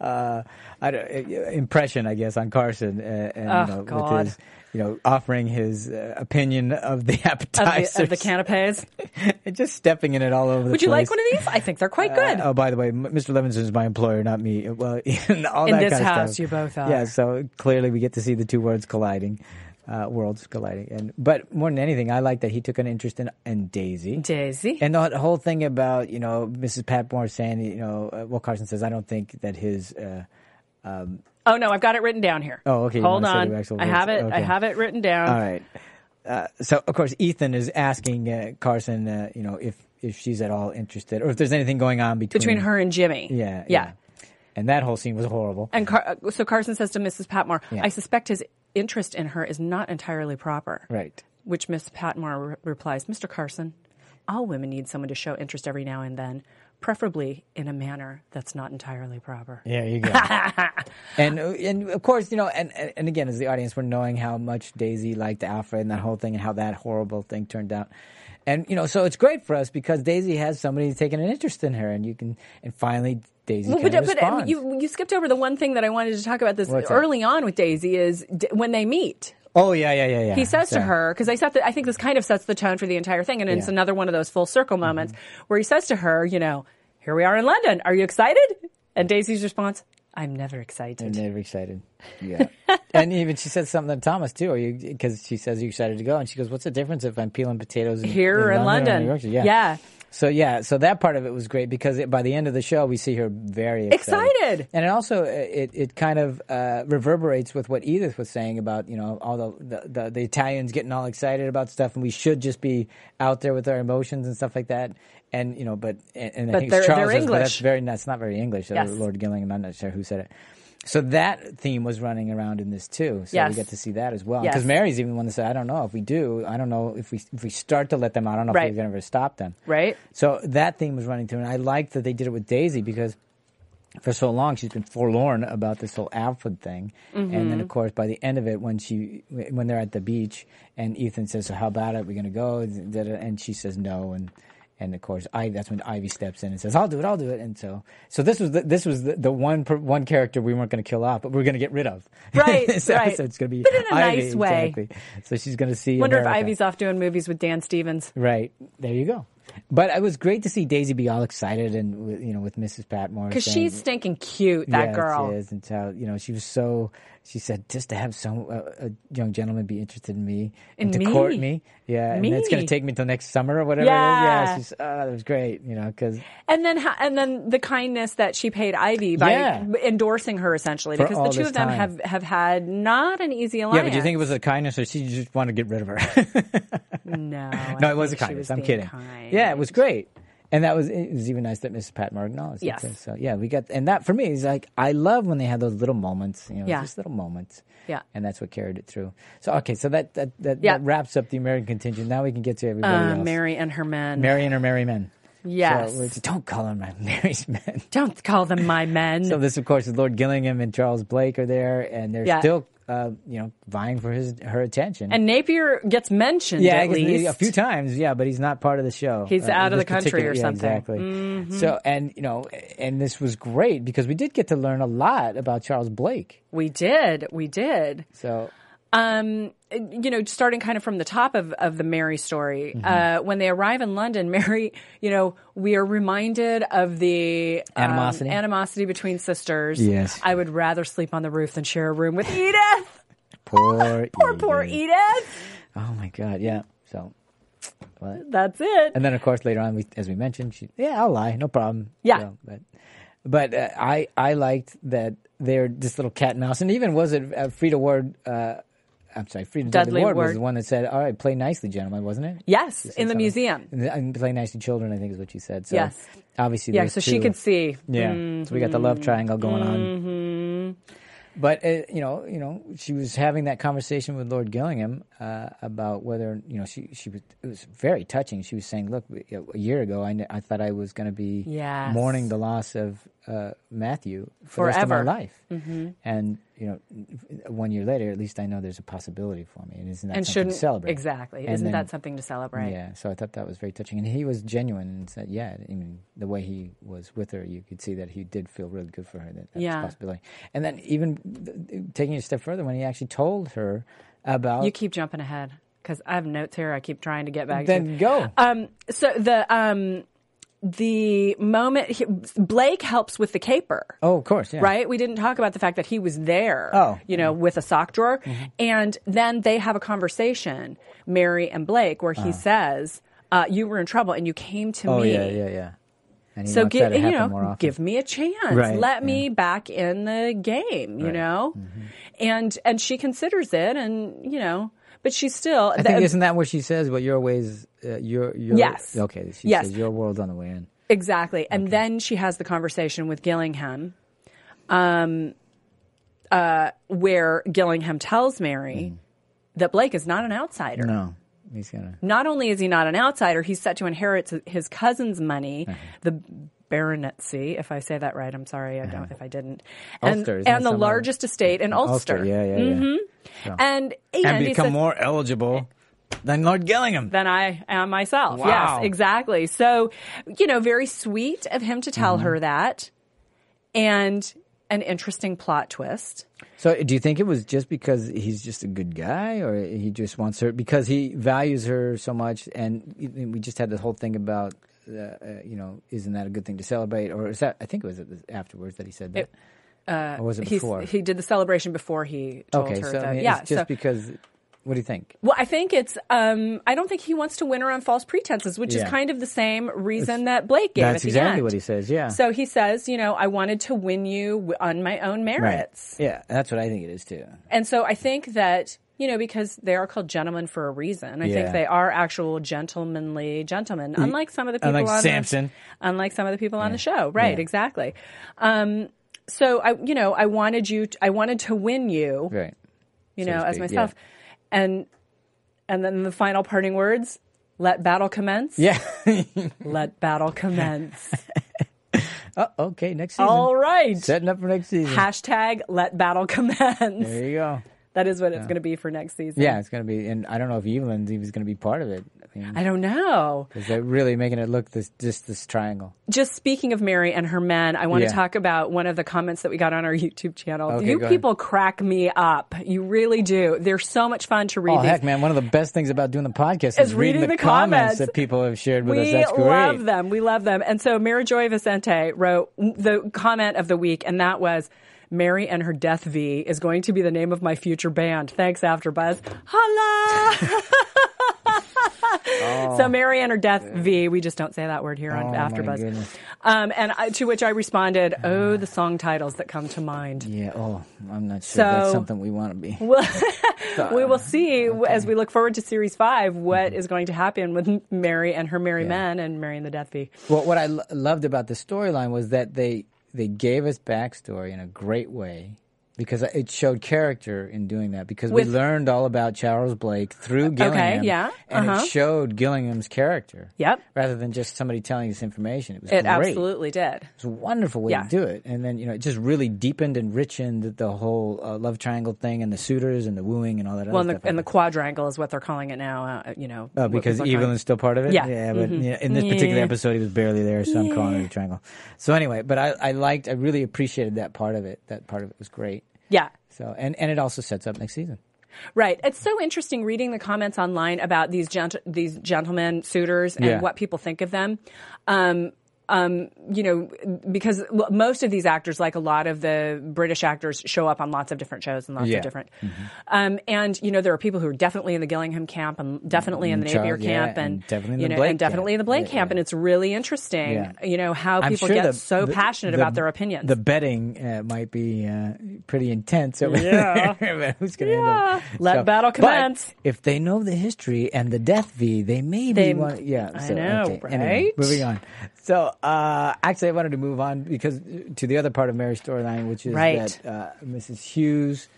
uh, I don't, uh, impression, I guess, on Carson, uh, and Oh, you know, God. with his, you know, offering his uh, opinion of the of the, appetizers, of the canapes and just stepping in it all over. would the you place. like one of these i think they're quite good Uh, oh, by the way, M- Mr. Levinson is my employer, not me. Well, and all In that this kind of house, stuff. you both are. Yeah, so clearly we get to see the two words colliding, uh, worlds colliding. And but more than anything, I like that he took an interest in, in Daisy. daisy And the whole thing about you know Mrs. Patmore saying you know uh, well Carson says I don't think that his uh, oh no i've got it written down here Oh, okay, you hold wanna say on the actual i have it words. i Okay. have it written down all right. Uh, so of course Ethan is asking uh, Carson uh, you know if if she's at all interested or if there's anything going on between between her and jimmy yeah yeah. and that whole scene was horrible And Car- uh, so Carson says to Mrs. Patmore, Yeah. I suspect his interest in her is not entirely proper. right. Which Miss Patmore re- replies, Mr. Carson, all women need someone to show interest every now and then, preferably in a manner that's not entirely proper. Yeah, you go. and and of course, you know, and and and again, as the audience, we're knowing how much Daisy liked Alfred and that whole thing, and how that horrible thing turned out. And you know, so it's great for us because Daisy has somebody taking an interest in her, and you can and finally Daisy Well, kind but of but uh, responds. you, you skipped over the one thing that I wanted to talk about this What's that? early on with Daisy is d- when they meet. oh yeah, yeah, yeah, yeah. he says to Sorry. her because I set the, I think this kind of sets the tone for the entire thing, and it's Yeah. Mm-hmm. another one of those full circle moments where he says to her, you know, here we are in London. Are you excited? And Daisy's response, I'm never And excited. they're excited. Yeah. and even she said something to Thomas too, are you because she says you're excited to go, and she goes, "What's the difference if I'm peeling potatoes in, Here or in London or London? New York?" Yeah. yeah. So yeah, so that part of it was great because it, by the end of the show, we see her very excited, Excited. and it also uh, it, it kind of uh, reverberates with what Edith was saying about you know all the the, the the Italians getting all excited about stuff, and we should just be out there with our emotions and stuff like that. And you know, but and, and I But think they're- Charles they're says, but that's English. very that's not very English. So Yes. Lord Gillingham, I'm not sure who said it. So that theme was running around in this too. So Yes. we get to see that as well. Yes. Because Mary's even one to say, I don't know if we do. I don't know if we if we start to let them. out, I don't know Right. if we're going to stop them. Right. So that theme was running through, and I liked that they did it with Daisy because for so long she's been forlorn about this whole Alfred thing, and Mm-hmm. then of course by the end of it, when she when they're at the beach and Ethan says, "So how about it? We're going to go," and she says no, and and of course I that's when Ivy steps in and says, "I'll do it, I'll do it," and so so this was the, this was the, the one per, one character we weren't going to kill off, but we are going to get rid of. Right, so, right. so it's going to be But in a Ivy, nice way. Exactly. So she's going to see. Wonder America. if Ivy's off doing movies with Dan Stevens. Right there, you go. But it was great to see Daisy be all excited and with- you know with Mrs. Patmore Because saying- she's stinking cute, that Yes, girl. She is, and so, you know she was so. She said just to have some uh, a young gentleman be interested in me and In to court me. me, yeah, and that's going Me. to take me till next summer or whatever. Yeah. she's oh, that was great, you know, because And then, ho- and then the kindness that she paid Ivy by Yeah. endorsing her essentially, For because all the two this of them time. have have had not an easy yeah. alliance. But do you think it was a kindness or she just wanted to get rid of her? no? I no, it was a think she kindness. I'm being kidding. kind. Yeah, it was great. And that was it was even nice that Mrs. Patmore acknowledged Yes. it. too. So yeah, we got and that for me is like I love when they have those little moments, you know, Yeah. just little moments. Yeah. And that's what carried it through. So okay, so that that that, Yeah. that wraps up the American contingent. Now we can get to everybody Uh, else. Mary and her men. Mary and her merry men. Yes. So, which- don't call them my Mary's men. Don't call them my men. So this, of course, is Lord Gillingham and Charles Blake are there, and they're Yeah. still, uh, you know, vying for his her attention. and Napier gets mentioned yeah, at I guess maybe least a few times. Yeah, but he's not part of the show. He's Uh, out of this the country particular- or yeah, something. Mm-hmm. Exactly. So, and you know, and this was great because we did get to learn a lot about Charles Blake. We did. We did. So, um, you know, starting kind of from the top of, of the Mary story, Mm-hmm. uh, when they arrive in London, Mary, you know, we are reminded of the um, Animosity? animosity between sisters. Yes. I would rather sleep on the roof than share a room with Edith. poor, poor, poor Edith. Oh my God. Yeah. So, well, That's it. and then of course later on, we, as we mentioned, she, yeah, I'll lie, no problem. Yeah. So, but but uh, I I liked that they're this little cat and mouse, and even was it uh, Frida Ward. Uh, I'm sorry, Frida Dudley, Dudley Ward, Ward. was the one that said, "All right, play nicely, gentlemen," wasn't it? yes, said in the something. museum. And, and play nice to children, I think is what she said. So Yes. Obviously, Yeah, those so she two- could Mm-hmm. see. Mm. Yeah. So we got the love triangle going on. Mm-hmm. But uh, you know, you know, she was having that conversation with Lord Gillingham uh, about whether you know she she was it was very touching. She was saying, "Look, we- a year ago, I, kn- I thought I was going to be Yes. mourning the loss of uh, Matthew for the rest of my Forever. Mm-hmm. life, and you know, one year later, at least I know there's a possibility for me, and isn't that And something shouldn't to celebrate? exactly? And Isn't then- that something to celebrate? yeah, so I thought that was very touching, and he was genuine and said, "Yeah." I mean, the way he was with her, you could see that he did feel really good for her. That that Yeah. was a possibility, and then even th- taking it a step further, when he actually told her about, You keep jumping ahead because I have notes here. I keep trying to get back. to. then go. Um, so the um, the moment he, Blake helps with the caper. oh, of course, yeah. Right? We didn't talk about the fact that he was there, Oh. Mm-hmm. you know, with a sock drawer. And then they have a conversation, Mary and Blake, where he says, uh, You were in trouble and you came to Uh-huh. Oh, me. yeah, yeah, yeah. And he So wants that give to you happen more know, often. give me a chance. Right, Let yeah. Mm-hmm. me back in the game. You know, and and she considers it, and you know, but she still. I think isn't that what she says? Well, your ways, uh, your your Yes. Okay, she Yes. says your world on the way in. Exactly. And then she has the conversation with Gillingham, um, uh, where Gillingham tells Mary Mm. that Blake is not an outsider. No, he's gonna. Not only is he not an outsider, he's set to inherit s- his cousin's money, Mm-hmm. the baronetcy, if I say that right. I'm sorry I don't, if I didn't. And, Ulster, isn't and it the somewhere? largest estate in Ulster. yeah, yeah, yeah. And, and, And he become says- Eh. more eligible than Lord Gillingham. than I am myself. Wow. Yes, exactly. So, you know, very sweet of him to Mm-hmm. tell her that. And an interesting plot twist. So, do you think it was just because he's just a good guy, or he just wants her because he values her so much? And we just had this whole thing about, uh, uh, you know, isn't that a good thing to celebrate? Or is that? I think it was afterwards that he said that, or was it uh, He's, before? he did the celebration before he told okay, her. so I that, mean, yeah, it's just so- because. What do you think? well, I think it's. Um, I don't think he wants to win her on false pretenses, which Yeah. is kind of the same reason that Blake gave. at That's the exactly end. what he says. Yeah. So he says, you know, I wanted to win you w- on my own merits. Yeah, that's what I think it is too. And so I think that, you know, because they are called gentlemen for a reason. I Yeah. think they are actual gentlemanly gentlemen, unlike some of the people Unlike on Samson. The, unlike some of the people on the show. Right, exactly. Um, so I, you know, I wanted you, t- I wanted to win you, Right. you so to know, as speak, myself, and and then the final parting words: "Let battle commence." Yeah. Let battle commence. okay, next season. All right. Setting up for next season. Hashtag let battle commence. there you go. That is what it's going to be for next season. Yeah, it's gonna be, and I don't know if Evelyn's even gonna be part of it. I mean, I don't know. 'cause they're really making it look this just this triangle. Just speaking of Mary and her men, I want Yeah. to talk about one of the comments that we got on our YouTube channel. Okay, you go ahead. people crack me up. You really do. They're so much fun to read. Oh these. heck, man! One of the best things about doing the podcast is, Is reading the comments. that people have shared with us. We That's great. love them. We love them. And so Mary Joy Vicente wrote the comment of the week, and that was. Mary and her Death V is going to be the name of my future band. Thanks, AfterBuzz. Holla! So Mary and her Death V. We just don't say that word here Oh, on my AfterBuzz. goodness. Um, and I, to which I responded, "Oh, the song titles that come to mind." Yeah. Oh, I'm not sure that's So- something we want to be. Well, we will see w as we look forward to series five Mm-hmm. what is going to happen with Mary and her Merry Men and Mary and the Death V. Well, what I lo- loved about the storyline was that they they gave us backstory in a great way because it showed character in doing that because With- we learned all about Charles Blake through Gillingham. yeah, and uh-huh. it showed Gillingham's character. Yep. Rather than just somebody telling us information, it was It great. absolutely did. It's a wonderful way Yeah. to do it, and then you know it just really deepened and richened the, the whole uh, love triangle thing and the suitors and the wooing and all that. Well, and other the, stuff. and the quadrangle is what they're calling it now. Uh, you know, Oh, what because people are calling- Evelyn's still part of it. Yeah. Mm-hmm. yeah, but yeah, in this particular Yeah. episode, he was barely there, so I'm calling it a triangle. So anyway, but I, I liked, I really appreciated that part of it. That part of it was great. Yeah, So and and it also sets up next season. right. It's so interesting reading the comments online about these gent- these gentlemen suitors and Yeah. what people think of them. Um, um, you know, because l- most of these actors, like a lot of the British actors, show up on lots of different shows and lots Yeah. Mm-hmm. of different. Um, and you know, there are people who are definitely in the Gillingham camp and definitely in the Mm, Char- Napier yeah, camp and, and definitely in the you know, Blake and definitely camp. in the Blake Yeah, camp. yeah. And it's really interesting, Yeah. you know, how I'm people sure get the- so the- passionate the- about their opinions. The betting uh, might be uh, pretty intense over Yeah. there. about Who's going to Yeah. end up? Let battle but commence. if they know the history and the death V, they may They- be one. Yeah, I so, know, okay. Anyway, right? moving on. So uh, actually, I wanted to move on because uh, to the other part of Mary's storyline, which is Right. that uh, Mrs. Hughes.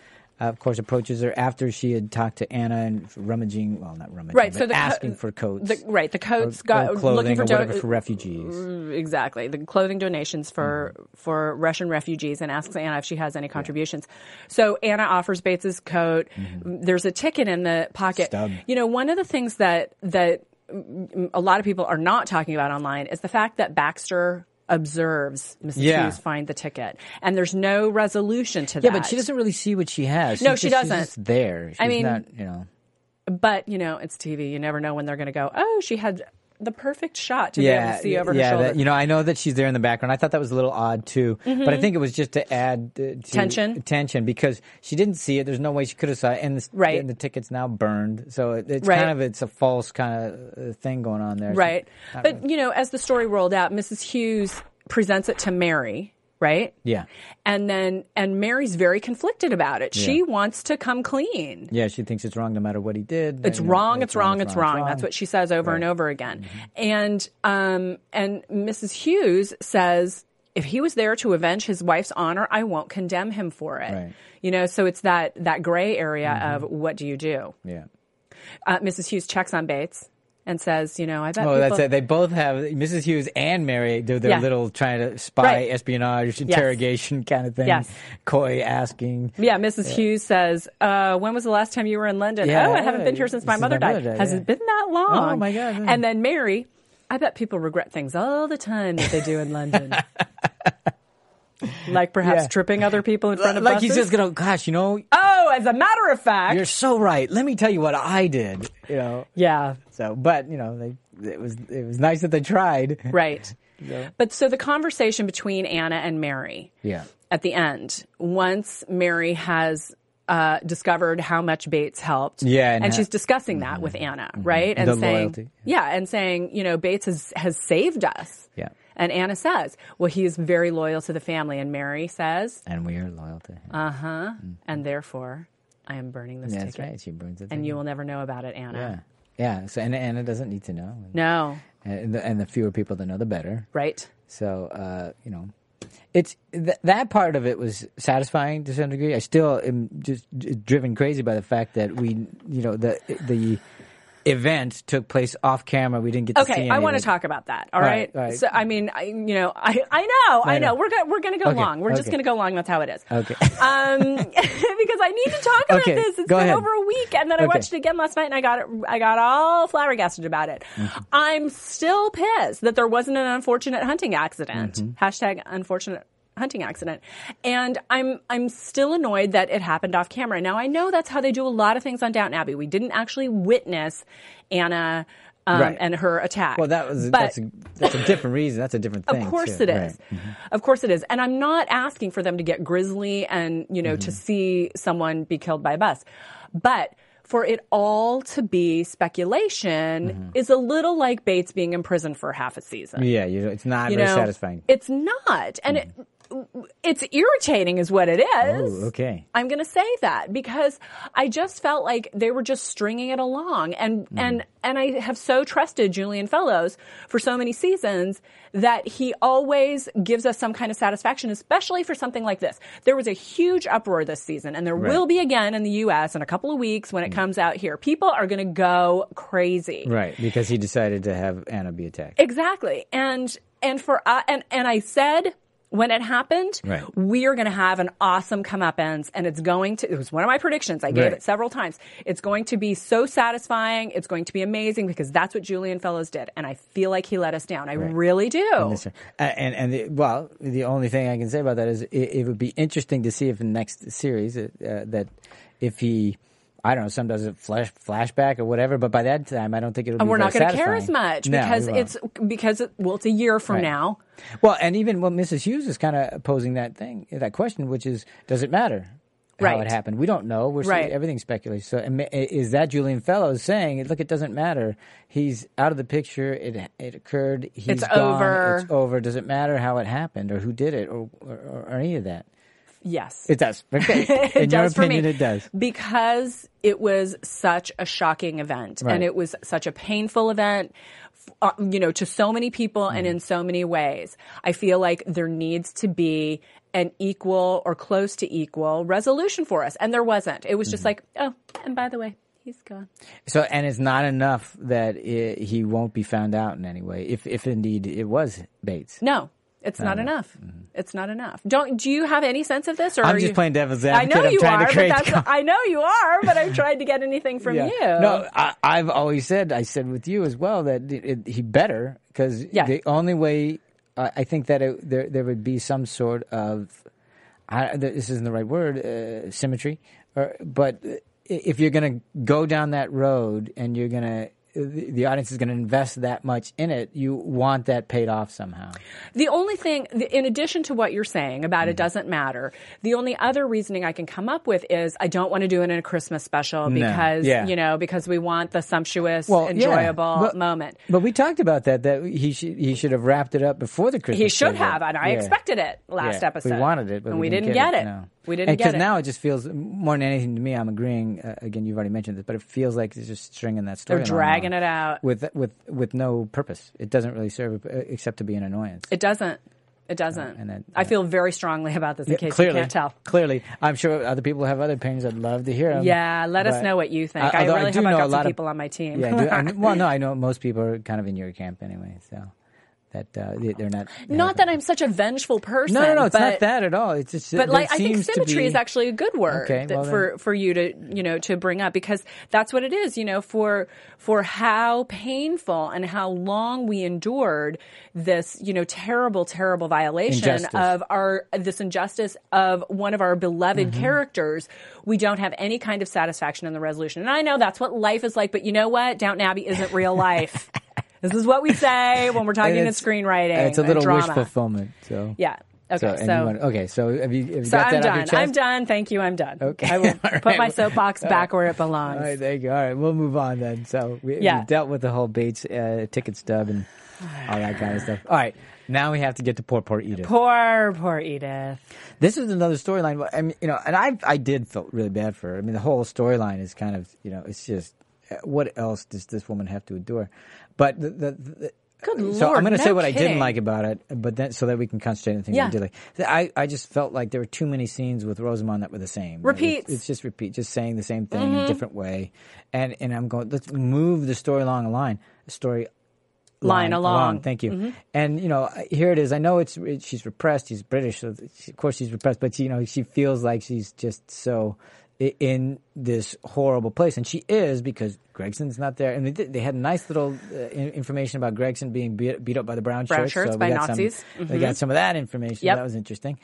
Uh, of course, approaches her after she had talked to Anna and rummaging. Well, not rummaging, Right, but so the co- asking for coats, the- right, the coats or, got- or looking clothing for or do- whatever for refugees. exactly the clothing donations for Mm-hmm. for Russian refugees and asks Anna if she has any contributions. So Anna offers Bates's coat. Mm-hmm. There's a ticket in the pocket. Stub. You know, one of the things that that mm, a lot of people are not talking about online is the fact that Baxter observes Mrs. Yeah. Hughes find the ticket, and there's no resolution to Yeah, that. but she doesn't really see what she has. No, She's she just- she's doesn't. just there. She's I mean- not, you know. But you know, it's TV. You never know when they're going to go. Oh, she had. The perfect shot to be able to see over yeah. her shoulder. That, you know, I know that she's there in the background. I thought that was a little odd too, but I think it was just to add uh, to Mm-hmm. Tension. tension because she didn't see it. There's no way she could have saw it, and the, Right. and the ticket's now burned. So it, it's Right. kind of it's a false kind of uh, thing going on there. Right. But, you know, as the story rolled out, Mrs. Hughes presents it to Mary, right? Yeah. And then, and Mary's very conflicted about it. She wants to come clean. Yeah, she thinks it's wrong no matter what he did. It's You know, wrong, it's wrong, it's wrong. That's what she says over and over again. Mm-hmm. And, um, and Mrs. Hughes says, if he was there to avenge his wife's honor, I won't condemn him for Right. it. Mm-hmm. You know, so it's that, that gray area of what do you do? Yeah. Uh, Mrs. Hughes checks on Bates and says, you know, I bet Oh, people, that's it. They both have Mrs. Hughes and Mary do their Yeah. little trying to spy, Right. espionage, interrogation kind of thing. Yes. Coy asking. Yeah, Mrs. Hughes says, uh, "When was the last time you were in London? Yeah, oh, I haven't been here since my since mother my died. mother died, Has yeah. it been that long? Oh, my God, yeah. And then Mary, I bet people regret things all the time that they do in London, like perhaps Yeah. tripping other people in front of like buses. he's just gonna gosh you know oh, as a matter of fact, you're so right let me tell you what i did you know yeah, so but you know they it was it was nice that they tried right. But so the conversation between Anna and Mary, yeah at the end once Mary has uh, discovered how much Bates helped. Yeah, and and, ha- Mm-hmm. she's discussing that with Anna, right? And The saying, loyalty. yeah, and saying, you know, Bates has has saved us. Yeah. And Anna says, well, he is very loyal to the family, and Mary says, and we are loyal to him and therefore, I am burning this that's ticket, right she burns it and you will never know about it, Anna. yeah so and anna doesn't need to know No, and, and, the, and the fewer people that know the better right? so uh you know it's th- that part of it was satisfying to some degree. I still am just d- driven crazy by the fact that we, you know, the the event took place off camera. We didn't get to see. Okay, any I of want it. to talk about that. All all right, right? all right. So I mean, I, you know, I I know, I, I know. know. We're gonna we're gonna go Okay, long. We're just okay. gonna go long. That's how it is. Okay. Um, because I need to talk about Okay, this. It's go been ahead. over a week, and then I Okay. watched it again last night, and I got it. I got all flabbergasted about it. Mm-hmm. I'm still pissed that there wasn't an unfortunate hunting accident. Mm-hmm. Hashtag unfortunate hunting accident and i'm i'm still annoyed that it happened off camera now i know that's how they do a lot of things on downton abbey we didn't actually witness anna um, Right. and her attack Well, that was But- that's a, that's a different reason. That's a different thing. of course too. it is. Right. Mm-hmm. Of course it is. And I'm not asking for them to get grisly and, you know, Mm-hmm. to see someone be killed by a bus. But for it all to be speculation is a little like Bates being in prison for half a season. Mm-hmm. Yeah, you know, it's not You very know, satisfying. Mm-hmm. It's not. And it, it's irritating is what it is. Oh, okay. I'm going to say that because I just felt like they were just stringing it along, and Mm-hmm. and and I have so trusted Julian Fellows for so many seasons that he always gives us some kind of satisfaction, especially for something like this. There was a huge uproar this season, and there Right. Mm-hmm. will be again in the U.S. in a couple of weeks when it comes out here. People are going to go crazy, Right, because he decided to have Anna be attacked. Exactly. And and for uh, and and I said when it happened, Right. we are going to have an awesome comeuppance, and it's going to. It was one of my predictions. I gave Right. it several times. It's going to be so satisfying. It's going to be amazing because that's what Julian Fellows did, and I feel like he let us down. I really do. That's right. A- Uh, And and the, well, the only thing I can say about that is it, it would be interesting to see if in the next series uh, uh, that if he. I don't know. Some does it flash flashback or whatever, but by that time, I don't think it'll. And be we're not going going to to care as much because it's because it, well, it's a year from Right. now. well, and even what Mrs. Hughes is kind of posing that thing, that question, which is, does it matter how Right. it happened? We don't know. We're Right. everything speculation. So, am- is that Julian Fellows saying, "Look, it doesn't matter. He's out of the picture. It it occurred. He's It's gone. over." It's over. Does it matter how it happened or who did it or or, or any of that? Yes, It does. Okay. In it your does opinion, for me. it does. Because it was such a shocking event Right. and it was such a painful event. f- Uh, you know, to so many people and in so many ways. I feel like there needs to be an equal or close to equal resolution for us. And there wasn't. It was just like, oh, and by the way, he's gone. So, and it's not enough that it, he won't be found out in any way, if if indeed it was Bates. No, it's not enough. It's not enough. Don't do you have any sense of this? Or I'm are just you- playing devil's I advocate. know I'm you trying to are, create the but that's, I know you are, but I'm trying to get anything from Yeah. you. No, I, I've always said, I said with you as well, that it, it, he better because Yeah. the only way I I think that it, there there would be some sort of I, this isn't the right word uh, symmetry, or, but i- if you're going to go down that road and you're going to the the audience is going to invest that much in it. You want that paid off somehow. The only thing, the- in addition to what you're saying about Mm-hmm. it doesn't matter, the only other reasoning I can come up with is I don't want to do it in a Christmas special because, yeah. you know, because we want the sumptuous, yeah. enjoyable But- moment. But we talked about that. That he should he should have wrapped it up before the Christmas. He should season. have, and I Yeah. expected it last Yeah, episode. We wanted it, but and we, didn't, get it. no. We didn't And get it. now it just feels more than anything to me. I'm agreeing. Uh, again, you've already mentioned this, but it feels like it's just stringing that story. They're dragging it out. with with with no purpose. It doesn't really serve uh, except to be an annoyance. it doesn't. It doesn't. and that- I feel very strongly about this in case clearly, you can't tell. clearly, I'm sure other people have other opinions. I'd love to hear them. Yeah, let us Um, But- know what you think. Uh, I although really do hope I know got a some lot of- people on my team. Yeah, I do, I, well, no, I know most people are kind of in your camp anyway, so that uh, they- they're not. Not that I'm such a vengeful person. No, no, no, it's but- not that at all. It's just, But that like, I think seems to symmetry be- is actually a good word Okay, that- well then- for for you to you know to bring up because that's what it is. You know, for for how painful and how long we endured this you know terrible, terrible violation Injustice. of our this injustice of one of our beloved Mm-hmm. characters. We don't have any kind of satisfaction in the resolution, and I know that's what life is like. But you know what, Downton Abbey isn't real life. This is what we say when we're talking And in screenwriting. It's a little and wish drama. fulfillment. So Yeah. Okay. So, So, and you want, okay. So have you, have you so got I'm that off your done. chest? I'm done. Thank you. I'm done. Okay. I will All right. put my soapbox back where it belongs. All right, thank you. All right, we'll move on then. So we, Yeah. have dealt with the whole Bates uh, ticket stub and all that kind of stuff. All right, now we have to get to poor, poor Edith. Poor, poor Edith. this is another storyline. I mean, you know, and I I did feel really bad for her. I mean, the whole storyline is kind of you know, it's just uh, what else does this woman have to endure? But the, the, the Good lord. So I'm going to no say what I kidding. didn't like about it, but then so that we can concentrate on things Yeah. we did like. I, I just felt like there were too many scenes with Rosamond that were the same. Repeats. Mm-hmm. It's, it's just repeat, just saying the same thing in a different way, and and I'm going let's move the story along a line, story Line along. Mm-hmm. Thank you. And you know, I- here it is. I know it's it, she's repressed. She's British, so th- she, of course she's repressed. But she, you know, she feels like she's just so i- in this horrible place, and she is because Gregson's not there. And they, did- they had nice little uh, in- information about Gregson being beat, beat up by the brown, Brown shirts, so shirts we by got some- Nazis. Mm-hmm. They got some of that information. Yep. That was interesting.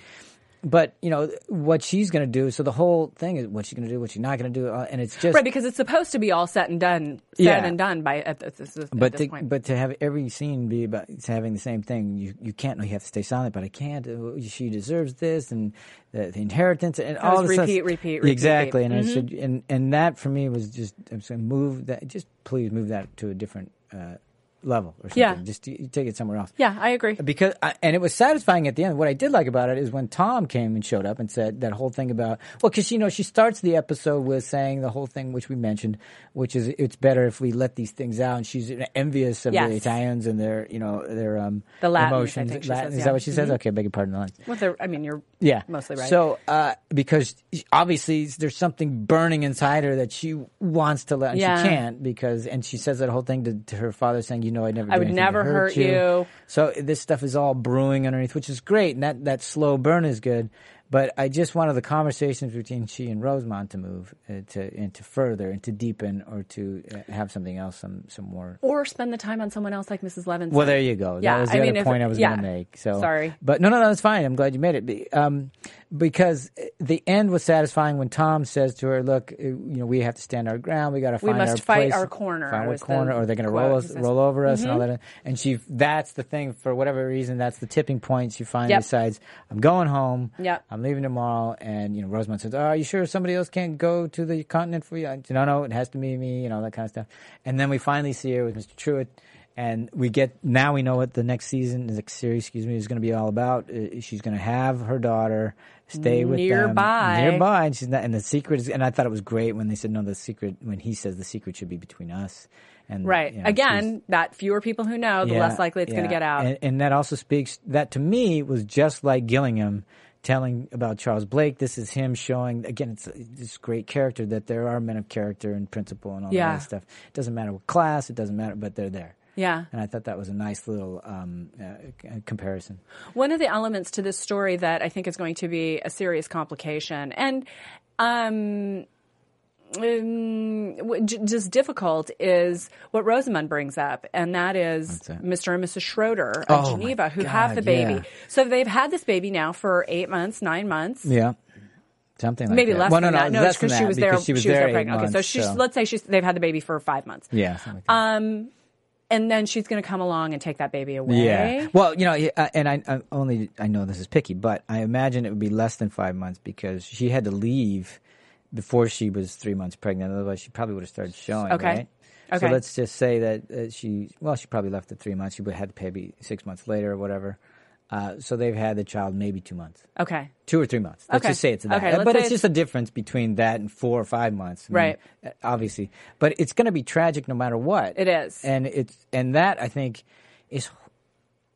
But you know what she's going to do. So the whole thing is what she's going to do, what she's not going to do, uh, and it's just Right, because it's supposed to be all set and done, said Yeah. and done by at this, this, this- but at this to, point. but to have every scene be about it's having the same thing, you you can't. You have to stay silent. But I can't. uh, She deserves this, and the, the inheritance, and all was this stuff. repeat, repeat, repeat, Exactly, repeat. and I should, and and that for me was just I'm just gonna move that. Just please move that to a different uh, level or something. Yeah. just t- you take it somewhere else. yeah, I agree. Because I, and it was satisfying at the end. What I did like about it is when Tom came and showed up and said that whole thing about well, because you know she starts the episode with saying the whole thing which we mentioned, which is it's better if we let these things out. And she's envious of Yes. the Italians and their you know their um The Latins, I emotions. think she Latin- says, is yeah. Mm-hmm. that what she says? Okay, beg your pardon. The Latins. Well, they're- I mean, you're Yeah, mostly right. So uh, because obviously there's something burning inside her that she wants to let, and Yeah. she can't because, and she says that whole thing to, to her father, saying, "You know, I never, I did would anything to never hurt you. So this stuff is all brewing underneath, which is great, and that that slow burn is good. But I just wanted the conversations between she and Rosemont to move uh, to and to further and to deepen or to uh, have something else, some some more or spend the time on someone else like Mrs. Levinson. well, there you go. Yeah, that was the I other mean, if- point I was yeah. going to make. So Sorry. but no, no, no, that's fine. I'm glad you made it. Be- Um, because the end was satisfying when Tom says to her, "Look, uh, you know, we have to stand our ground. We got to find must our fight place, our corner," find our was the corner, or they're going to quote roll he us, says. Mm-hmm. roll over us, and all that." And she, that's the thing. For whatever reason, that's the tipping point. She finally Yep. decides, "I'm going home. Yep. I'm leaving tomorrow." And you know, Rosamund says, oh, "Are you sure somebody else can't go to the continent for you?" I said, no, no, it has to be me. You know, that kind of stuff. And then we finally see her with Mr. Truitt and we get now we know what the next season the next series excuse me is going to be all about Uh, she's going to have her daughter stay with Nearby. them nearby and she's not and the secret is and i thought it was great when they said no the secret when he says the secret should be between us and Right. you know, she's- Again, that fewer people who know, the yeah, less likely it's going yeah. to get out. and, and that also speaks that to me was just like gillingham telling about charles blake this is him showing again it's uh, this great character that there are men of character and principle and all Yeah. that other stuff it doesn't matter what class it doesn't matter but they're there yeah. and I thought that was a nice little um, uh, c- uh, comparison. One of the elements to this story that I think is going to be a serious complication and um, um, w- j- just difficult is what Rosamund brings up, and that is that? Mr. and Mrs. Schroeder of Oh, my Geneva, who have God, the baby. yeah. So they've had this baby now for eight months, nine months. Yeah, something like Maybe that. less well, than no, no, that. No, less because than she that, was because there. She was there. eight pregnant. months, okay, so she's let's say she's they've had the baby for five months. yeah, something like that. Um, and then she's going to come along and take that baby away. Yeah. Well, you know, yeah, uh, and I, I only I know this is picky, but I imagine it would be less than five months because she had to leave before she was three months pregnant. Otherwise, she probably would have started showing. Okay. Right? So Okay. let's just say that uh, she well, she probably left at three months. She would have had to baby six months later or whatever. Uh, so they've had the child maybe two months. Okay. two or three months. Let's Okay. just say it's that. Uh, Okay, let's but say it's it's- just a difference between that and four or five months. I mean, Right. uh, Obviously, but it's going to be tragic no matter what. It is. and it's and that I think is.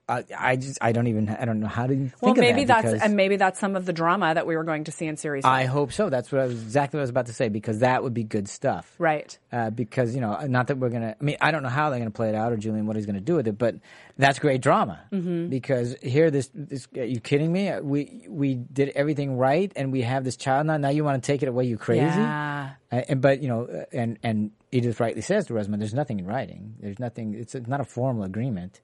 I, I just I don't even I don't know how to think Well, of that maybe that's because- and maybe that's some of the drama that we were going to see in series. I hope so. That's what I was exactly what I was about to say because that would be good stuff. Right. Uh, because you know, not that we're gonna. I mean, I don't know how they're gonna play it out or Julian what he's gonna do with it, but that's great drama. Mm-hmm. Because here, this, this, are you kidding me? We we did everything right, and we have this child now. Now you want to take it away? You crazy? Yeah. Uh, and but you know, uh, and and Edith rightly says to Rosamund, "There's nothing in writing. There's nothing. It's not a formal agreement."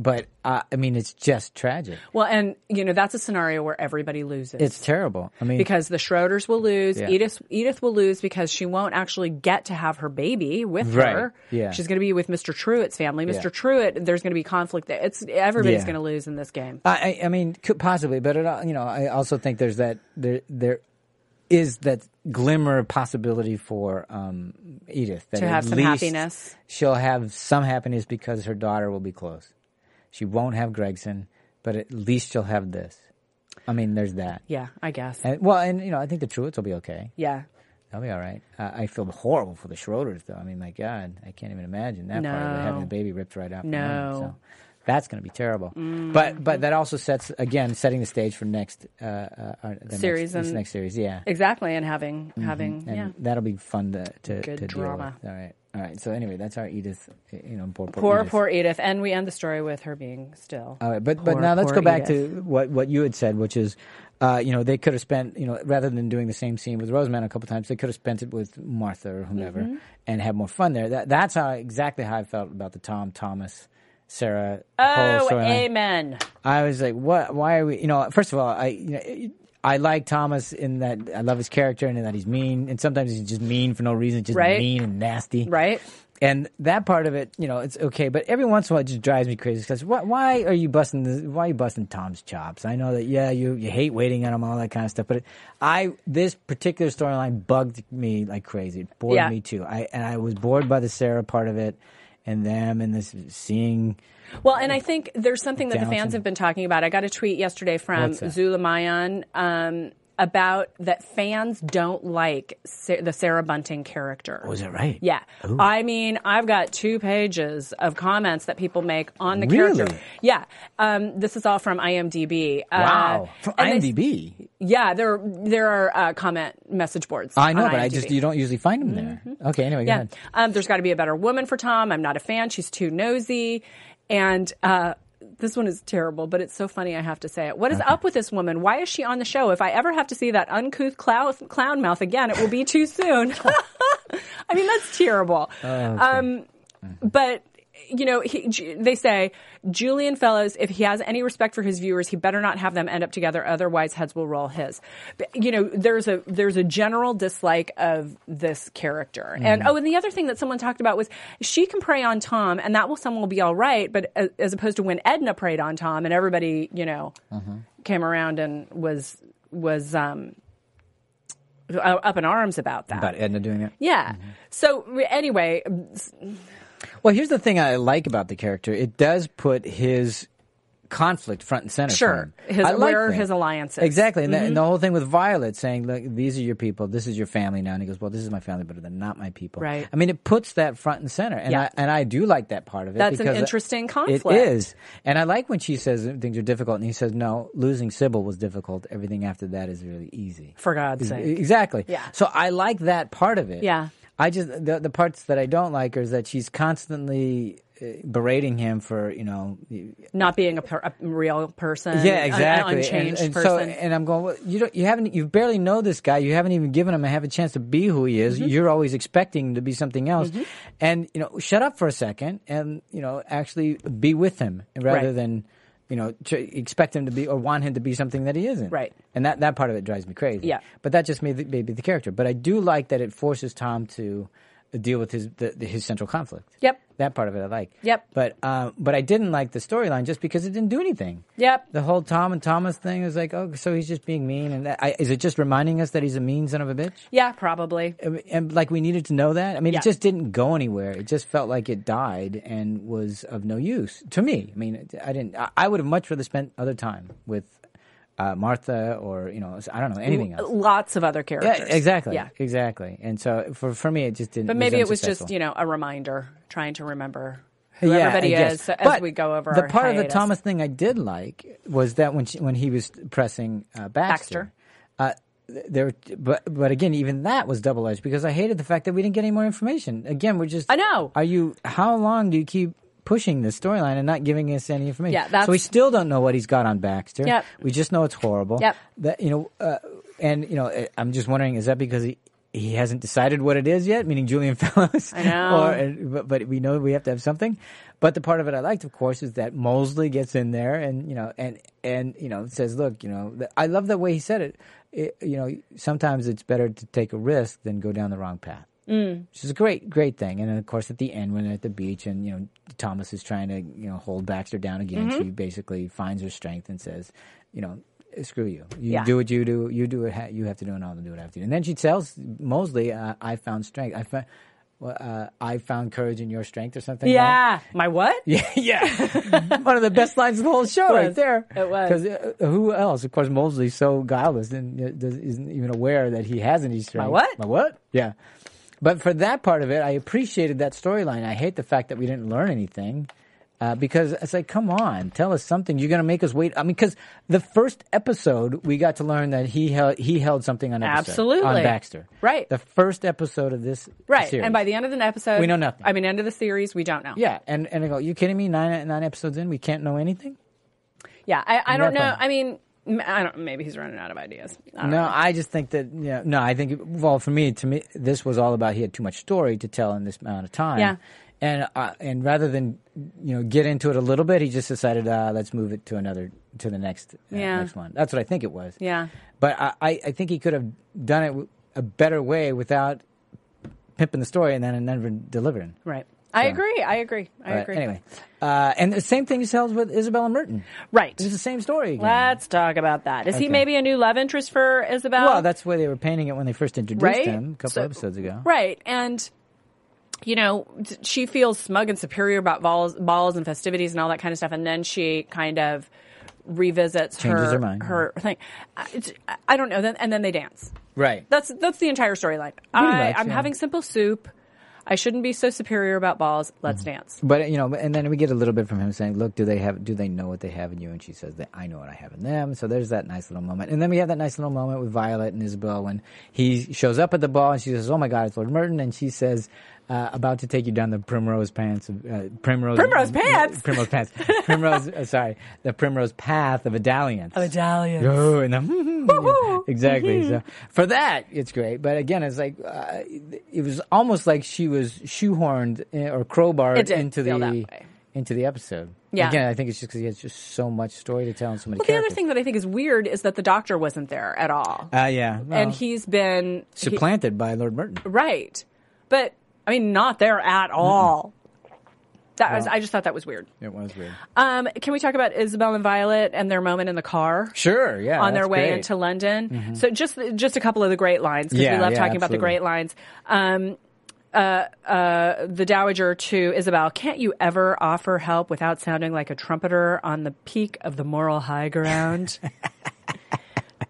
But uh, I mean, it's just tragic. Well, and you know that's a scenario where everybody loses. It's terrible. I mean, because the Schroders will lose. Yeah. Edith Edith will lose because she won't actually get to have her baby with Right. her. Yeah. She's going to be with Mr. Truitt's family. Mr. Yeah. Truitt, there's going to be conflict. there. It's everybody's Yeah. Uh, going to lose in this game. I, I I mean, could possibly, but it, al- you know, I also think there's that there there is that glimmer of possibility for um, Edith that To have at some least happiness. She'll have some happiness because her daughter will be close. She won't have Gregson, but at least she'll have this. I mean, there's that. Yeah, I guess. And, well, and you know, I think the Truitts will be okay. Yeah. They'll be all right. Uh, I feel horrible for the Schroders, though. I mean, my God, I can't even imagine that part of it, having No. the baby ripped right out. from No. them, so that's going to be terrible. But but that also sets again setting the stage for next uh, uh, our- the next, Series this and- next series. Yeah, Exactly, and having having Mm-hmm. and yeah. that'll be fun to to, Good to drama. deal with. All right, all right. So anyway, that's our Edith. You know, poor poor Poor, Edith. Uh, poor Edith, and we end the story with her being still. All right, but but Poor, now let's poor go E back Edith. to what what you had said, which is, uh, you know, they could have spent, you know, rather than doing the same scene with Roseman a couple times, they could have spent it with Martha or whomever Mm-hmm. and had more fun there. That that's how exactly how I felt about the Tom Thomas. Sarah, Oh, whole storyline. amen. I was like, what? Why are we? You know, first of all, I you know, I like Thomas in that I love his character and in that he's mean, and sometimes he's just mean for no reason, just Right. mean and nasty, Right. And that part of it, you know, it's okay, but every once in a while, it just drives me crazy because why, why are you busting? This, why are you busting Tom's chops? I know that yeah, you you hate waiting on him, all that kind of stuff, but it, I this particular storyline bugged me like crazy, It bored Yeah. me too. I and I was bored by the Sarah part of it. And them and this seeing Well, and I think there's something that the Downton. fans have been talking about. I got a tweet yesterday from What's that? Zula Mayan um, about that fans don't like Sa- the Sarah Bunting character. was it right? Yeah. I mean, I've got two pages of comments that people make on the Really? character. Yeah. Um, this is all from IMDb. Wow. Uh, From and they- IMDb. yeah, there there are uh, comment message boards. I know, on but I IMDb. just you don't usually find them there. Okay, anyway, go Yeah. ahead. Um, there's got to be a better woman for Tom. I'm not a fan. She's too nosy. And uh, this one is terrible, but it's so funny I have to say it. What is up with this woman? Why is she on the show? If I ever have to see that uncouth clown, clown mouth again, it will be too soon. I mean, that's terrible. um, But. You know, he, Ju- they say Julian Fellows, if he has any respect for his viewers, he better not have them end up together. Otherwise, heads will roll his. But, you know, there's a there's a general dislike of this character. And oh, and the other thing that someone talked about was she can prey on Tom, and that will someone will be all right. But as, as opposed to when Edna preyed on Tom, and everybody, you know, came around and was was um, uh, up in arms about that. About Edna doing that. yeah. So re- anyway, Well, here's the thing I like about the character. It does put his conflict front and center. Sure. For him. His- I like where are that. his alliances? Exactly. And, that- and the whole thing with Violet saying, "Look, these are your people. This is your family now." And he goes, "Well, this is my family, but they're not my people." Right. I mean, it puts that front and center, and Yeah. I and I do like that part of it. That's an because interesting It conflict. is, and I like when she says that things are difficult, and he says, "No, losing Sybil was difficult. Everything after that is really easy." for God's Ex- sake, Exactly. Yeah. So I like that part of it. Yeah. I just the, the parts that I don't like is that she's constantly uh, berating him for you know not being a, per, a real person. yeah an- exactly An unchanged and, and so person. and I'm going well, you don't you haven't you barely know this guy you haven't even given him a have a chance to be who he Mm-hmm. is you're always expecting him to be something else and you know shut up for a second and you know actually be with him rather Right. than you know to expect him to be or want him to be something that he isn't Right. and that, that part of it drives me crazy Yeah. but that just made the, maybe the character but I do like that it forces Tom to deal with his the, the, his central conflict Yep. that part of it I like Yep. but uh, but I didn't like the storyline just because it didn't do anything Yep. the whole Tom and Thomas thing is like, oh, so he's just being mean, and that, I, is it just reminding us that he's a mean son of a bitch? yeah, probably. And, and, like we needed to know that. I mean, Yeah. it just didn't go anywhere. It just felt like it died and was of no use to me. I mean, it- I didn't. I, I would have much rather spent other time with uh, Martha or you know, I don't know anything else. Lots of other Yeah, characters. exactly. Yeah. Exactly. And so for for me, it just didn't. But maybe it was unsuccessful. just, you know, a reminder, trying to remember who everybody I guess. is as But we go over the our part of the hiatus. Thomas thing I did like was that when she, when he was pressing uh, Baxter, Baxter. Uh, th- there, but but again, even that was double edged because I hated the fact that we didn't get any more information. Again, we're just I know. Are you? How long do you keep? Pushing this storyline and not giving us any information. Yeah, that's- so we still don't know what he's got on Baxter. Yep. We just know it's horrible. Yep. That you know, uh, and you know, I- I'm just wondering, is that because he he hasn't decided what it is yet? Meaning Julian Fellows, I know. or and, but, but we know we have to have something. But the part of it I liked, of course, is that Mosley gets in there and you know and and you know says, look, you know, th- I love the way he said it. it. You know, sometimes it's better to take a risk than go down the wrong path. Mm. Which is a great, great thing. And then, of course, at the end, when they're at the beach and you know Thomas is trying to you know hold Baxter down again, Mm-hmm. she basically finds her strength and says, you know. Screw you! You Yeah. do what you do. You do what ha- you have to do, and I'll do what I have to do. And then she tells Mosley, uh, "I found strength. I found uh, I found courage in your strength or something. like that. yeah. My what? Yeah, yeah. One of the best lines of the whole show, right was. there. It was. Because uh, who else? Of course, Mosley's so guileless and uh, does- isn't even aware that he has an Easter egg. what? My what? Yeah. But for that part of it, I appreciated that storyline. I hate the fact that we didn't learn anything. Uh, because it's like, come on, tell us something. You're gonna make us wait. I mean, because the first episode we got to learn that he held he held something on episode, Absolutely. on Baxter. Right. The first episode of this Right. series. And by the end of the episode, We know nothing. I mean, end of the series, we don't know. yeah, and and I go, you kidding me? Nine nine episodes in, we can't know anything. Yeah. I, I don't know. Nothing. I mean, m- I don't, maybe he's running out of ideas. I don't No, know. I just think that you know, no, I think well for me to me this was all about he had too much story to tell in this amount of time. Yeah. And uh, and rather than you know get into it a little bit, he just decided uh, let's move it to another to the next uh, Yeah. next one. That's what I think it was. Yeah. But I, I, I think he could have done it w- a better way without pimping the story and then and never delivering. Right. I agree. I agree. I But agree. Anyway, uh, and the same thing is held with Isabella Merton. Right. It's the same story. Again. Let's talk about that. Is he Okay. maybe a new love interest for Isabel? well, that's the way they were painting it when they first introduced Right? him a couple So- episodes ago. right. And you know, t- she feels smug and superior about balls, balls and festivities and all that kind of stuff, and then she kind of revisits Changes her her mind. thing. I, it's- I don't know. Then and then they dance. Right. That's that's the entire storyline. Pretty I- much, I'm yeah. having simple soup. I shouldn't be so superior about balls. Mm-hmm. Let's dance. But you know, and then we get a little bit from him saying, "Look, do they have? Do they know what they have in you?" And she says, that "I know what I have in them." So there's that nice little moment, and then we have that nice little moment with Violet and Isabel when he shows up at the ball, and she says, "Oh my God, it's Lord Merton," and she says, uh, "About to take you down the primrose pants, of, uh, primrose, Primrose pants? primrose pants, primrose. uh, sorry, the primrose path of a dalliance, of a dalliance. Oh, and the yeah, exactly. So Mm-hmm. for that, it's great. But again, it's like uh, it was almost like she was shoehorned eh, or crowbarred It did into feel the that way. into the episode. Yeah. Again, I think it's just because he has just so much story to tell and so many. Well, the other thing that I think is weird is that the doctor wasn't there at all, uh, yeah, well, and he's been he- supplanted by Lord Merton. right, but I mean, not there at all. That was, I just thought that was weird. It was weird. Um, can we talk about Isabel and Violet and their moment in the car? Sure. Yeah. on their that's way great. Mm-hmm. into London. So just just a couple of the great lines because Yeah, we love yeah, talking about the absolutely. great lines. Um, uh, uh, the dowager to Isabel, can't you ever offer help without sounding like a trumpeter on the peak of the moral high ground?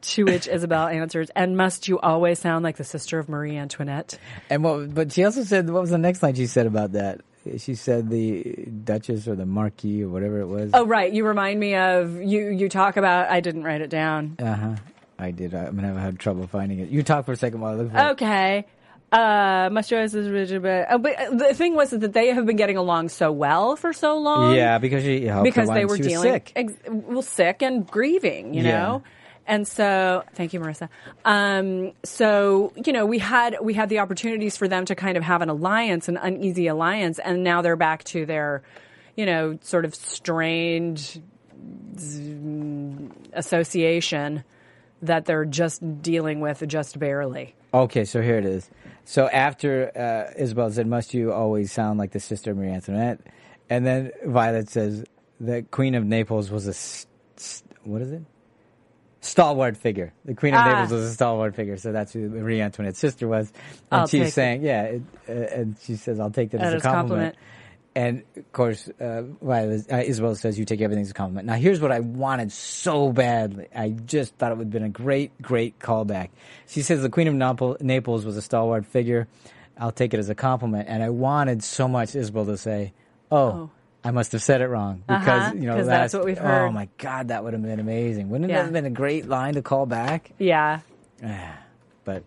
to which Isabel answers, and must you always sound like the sister of Marie Antoinette? And what, but she also said, what was the next line she said about that? She said the Duchess or the Marquis or whatever it was. Oh, right. You remind me of you. You talk about. I didn't write it down. Uh huh. I did. I'm gonna have had trouble finding it. You talk for a second while I look for it. Okay. Uh, Mastruz is rigid, but, oh, but uh, the thing was that they have been getting along so well for so long. Yeah, because she helped Because her they once. were she was dealing, sick. Ex- well, sick and grieving, you Yeah. know? And so, thank you, Marissa. Um, so, you know, we had, we had the opportunities for them to kind of have an alliance, an uneasy alliance, and now they're back to their, you know, sort of strained mm, association that they're just dealing with just barely. Okay, so here it is. So after uh, Isabel said, "Must you always sound like the sister of Marie Antoinette?" and then Violet says, "The Queen of Naples was a s- s- what is it? Stalwart figure. The Queen of Ah. Naples was a stalwart figure. So that's who Marie Antoinette's sister was." And I'll take it. she's saying, "Yeah," it, uh, and she says, "I'll take that as a That is a compliment. compliment." And of course, uh, Violet, uh, Isabel says you take everything as a compliment. Now, here's what I wanted so badly. I just thought it would have been a great, great callback. She says the Queen of Naples, Naples was a stalwart figure. I'll take it as a compliment. And I wanted so much Isabel to say, "Oh, I must have said it wrong," because Uh-huh, you know 'cause that's what we've heard. Oh my God, that would have been amazing. Wouldn't Yeah. that have been a great line to call back? Yeah. But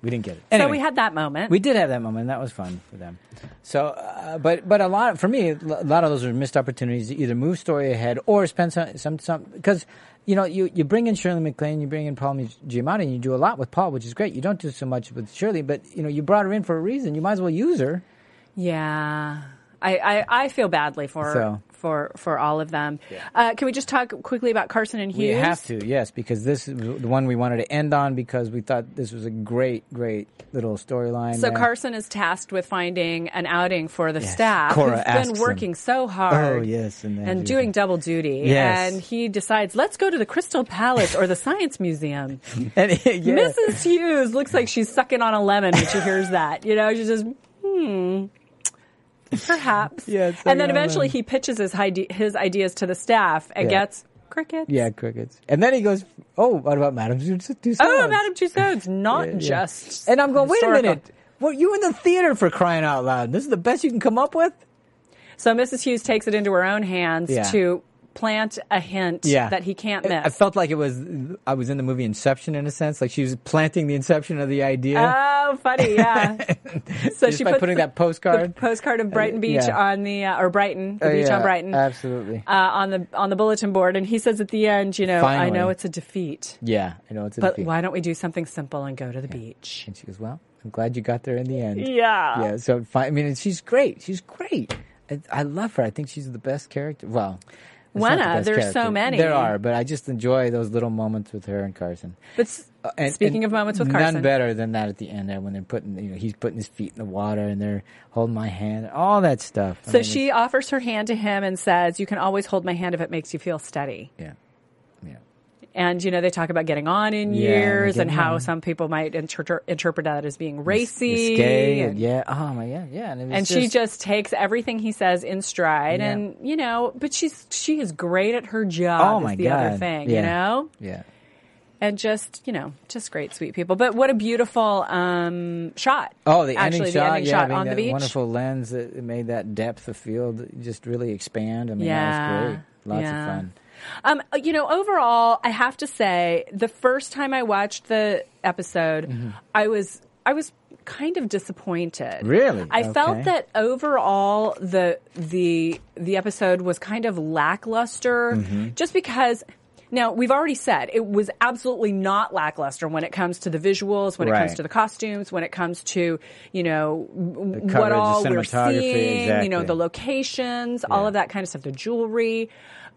we didn't get it. So we Anyway. had that moment. We did have that moment. That was fun for them. So, uh, but but a lot for me, a lot of those are missed opportunities to either move story ahead or spend some some some because you know you you bring in Shirley MacLaine, you bring in Paul Giamatti, and you do a lot with Paul, which is great. You don't do so much with Shirley, but you know you brought her in for a reason. You might as well use her. yeah. I, I, I feel badly for So. for for all of them. Uh, can we just talk quickly about Carson and We Hughes? have to, yes, because this is the one we wanted to end on because we thought this was a great, great little storyline. So there. Carson is tasked with finding an outing for the Yes. staff Cora who's asks been him. working so hard. Oh, yes, and they do. doing double duty. Yes. And he decides, let's go to the Crystal Palace or the Science Museum. And- yeah. Mrs. Hughes looks like she's sucking on a lemon when she hears that. You know, she's just, hmm, perhaps. Yeah, it's like, and then I don't eventually know. he pitches his ide- his ideas to the staff and Yeah. gets crickets. Yeah, crickets. And then he goes, "Oh, what about Madame Tussauds?" Oh, Madame Tussauds, not Yeah. just. And I'm going, "Wait a historical." minute! Were you in the theater for crying out loud? This is the best you can come up with." So Mrs. Hughes takes it into her own hands Yeah. to plant a hint that he can't I- miss. I felt like it was I was in the movie Inception in a sense, like she was planting the inception of the idea. Oh, funny, yeah. so Just she by puts putting the- that postcard. Uh, the postcard of Brighton Beach yeah. on the uh, or Brighton, the Oh, beach yeah, on Brighton, absolutely. uh, on the on the bulletin board, and he says at the end, you know, I Finally. know it's a defeat, yeah, I know it's a but defeat. why don't we do something simple and go to the beach? And she goes, "Well, I'm glad you got there in the end." Yeah. Yeah. So fi- I mean, and she's great. She's great. I, I love her. I think she's the best character. Well. it's not the Wenna, best there's so character. many. There are, but I just enjoy those little moments with her and Carson. But s- Uh, and- speaking and of moments with Carson, none better than that at the end there when they're putting, you know, he's putting his feet in the water and they're holding my hand, all that stuff. I so mean, she offers her hand to him and says, "You can always hold my hand if it makes you feel steady." Yeah. Yeah. And you know they talk about getting on in Yeah, years and getting how on. some people might inter- interpret that as being racy. Risque and and- yeah. Oh my yeah, yeah. And, it was and she just takes everything he says in stride Yeah. and you know but she's she is great at her job Oh my is the god. other thing Yeah. you know Yeah. and just you know just great sweet people but what a beautiful um shot Oh, the actually ending shot, the ending yeah, shot I mean, on the that beach wonderful lens that made that depth of field just really expand. I mean, that yeah was great. Lots yeah. of fun. um you know overall i have to say the first time i watched the episode Mm-hmm. i was i was kind of disappointed Really? i Okay. felt that overall the the the episode was kind of lackluster Mm-hmm. just because now we've already said it was absolutely not lackluster when it comes to the visuals when it comes Right. to the costumes when it comes to you know w- coverage, what the all we're cinematography, seeing you know exactly. the locations all Yeah. of that kind of stuff the jewelry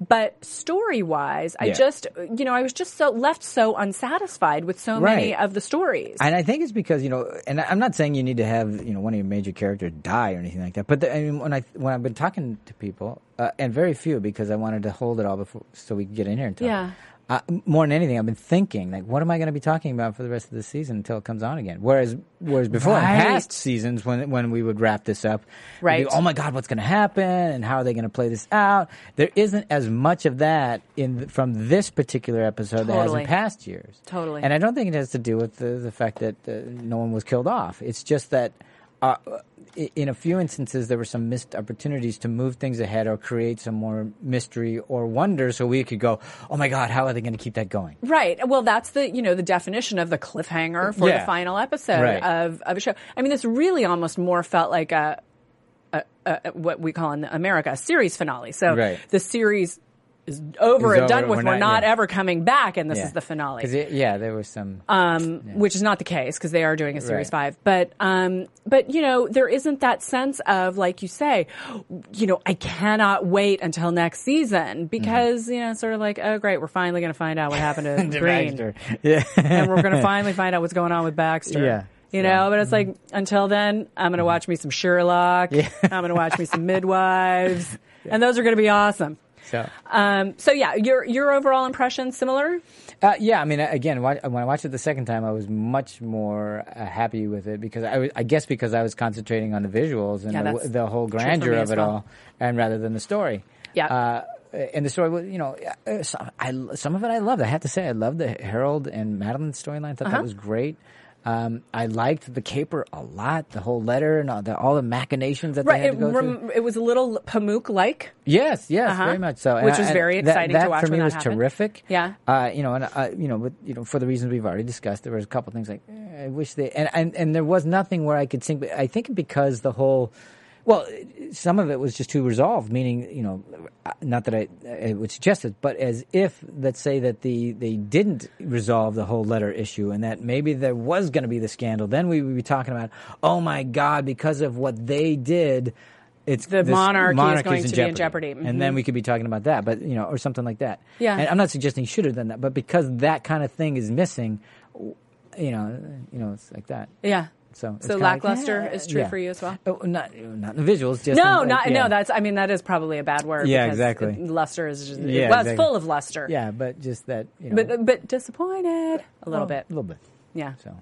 but story wise i Yeah. just you know i was just so left so unsatisfied with so many Right. of the stories And I think it's because you know, and I- I'm not saying you need to have you know one of your major characters die or anything like that. But the, I mean, when I when I've been talking to people, uh, and very few because I wanted to hold it all before so we could get in here and talk. Yeah. Uh, more than anything, I've been thinking like, what am I going to be talking about for the rest of the season until it comes on again? Whereas, whereas before in Right. past seasons, when when we would wrap this up, we'd Right. be, oh my God, what's going to happen, and how are they going to play this out? There isn't as much of that in th- from this particular episode that has Totally. in past years. Totally. And I don't think it has to do with the, the fact that uh, no one was killed off. It's just that uh, i- in a few instances, there were some missed opportunities to move things ahead or create some more mystery or wonder so we could go, oh my God, how are they going to keep that going? Right. Well, that's the you know the definition of the cliffhanger for the Yeah. final episode Right. of of a show. I mean, this really almost more felt like a, a, a what we call in America a series finale. So Right. the series is over It's and done over. with. We're We're not, not- yeah. ever coming back, and this Yeah. is the finale. Um, 'Cause it- yeah, there was some. which is not the case because they are doing a series Right. five. But um, but you know, there isn't that sense of like you say, you know, I cannot wait until next season because you know, sort of like, oh great, we're finally going to find out what happened to The Green, Baxter. Yeah. and we're going to finally find out what's going on with Baxter. Yeah. Mm-hmm. You know, but it's like until then, I'm going to watch me some Sherlock. I'm going to watch me some Midwives, and those are going to be awesome. so. Um, so yeah, your your overall impression similar? Uh, yeah, I mean, again, wa- when I watched it the second time, I was much more uh, happy with it because I, was- I guess because I was concentrating on the visuals and Yeah, the, that's w- the whole true for grandeur me of as it well. all, and rather than the story. Yeah. Uh, and the story was, you know, uh, some, I, some of it I loved. I have to say, I loved the Harold and Madeline storyline. I thought Uh-huh. that was great. Um, I liked the caper a lot, the whole letter and all the, all the machinations that Right. they had It, to go through. rem- it was a little Pamuk like. Yes, yes, Uh-huh. very much so. And Which I- was and very that- exciting to that watch for me when that was happened. terrific. Yeah. uh, you know, and I, you know, with, you know, for the reasons we've already discussed, there was a couple things like eh, I wish they and, and and there was nothing where I could sing. But I think because the whole, well, some of it was just too resolved. Meaning, you know, not that I, I would suggest it, but as if let's say that the they didn't resolve the whole letter issue, and that maybe there was going to be the scandal. Then we would be talking about, oh my God, because of what they did. It's The this monarchy is monarchy's going to be in jeopardy. Mm-hmm. and then we could be talking about that, but you know, or something like that. Yeah. and I'm not suggesting you should have done that, but because that kind of thing is missing, w- you know, you know, it's like that. Yeah. So, it's so kinda like, lackluster eh, is true yeah. for you as well. Oh, not not in the visuals, just No, in, like, not yeah. no. That's I mean that is probably a bad word. Yeah, because exactly. it- Luster is just, Yeah, it was exactly. full of luster. yeah, but just that you know, but but disappointed a little a bit. little bit. Yeah. Oh. So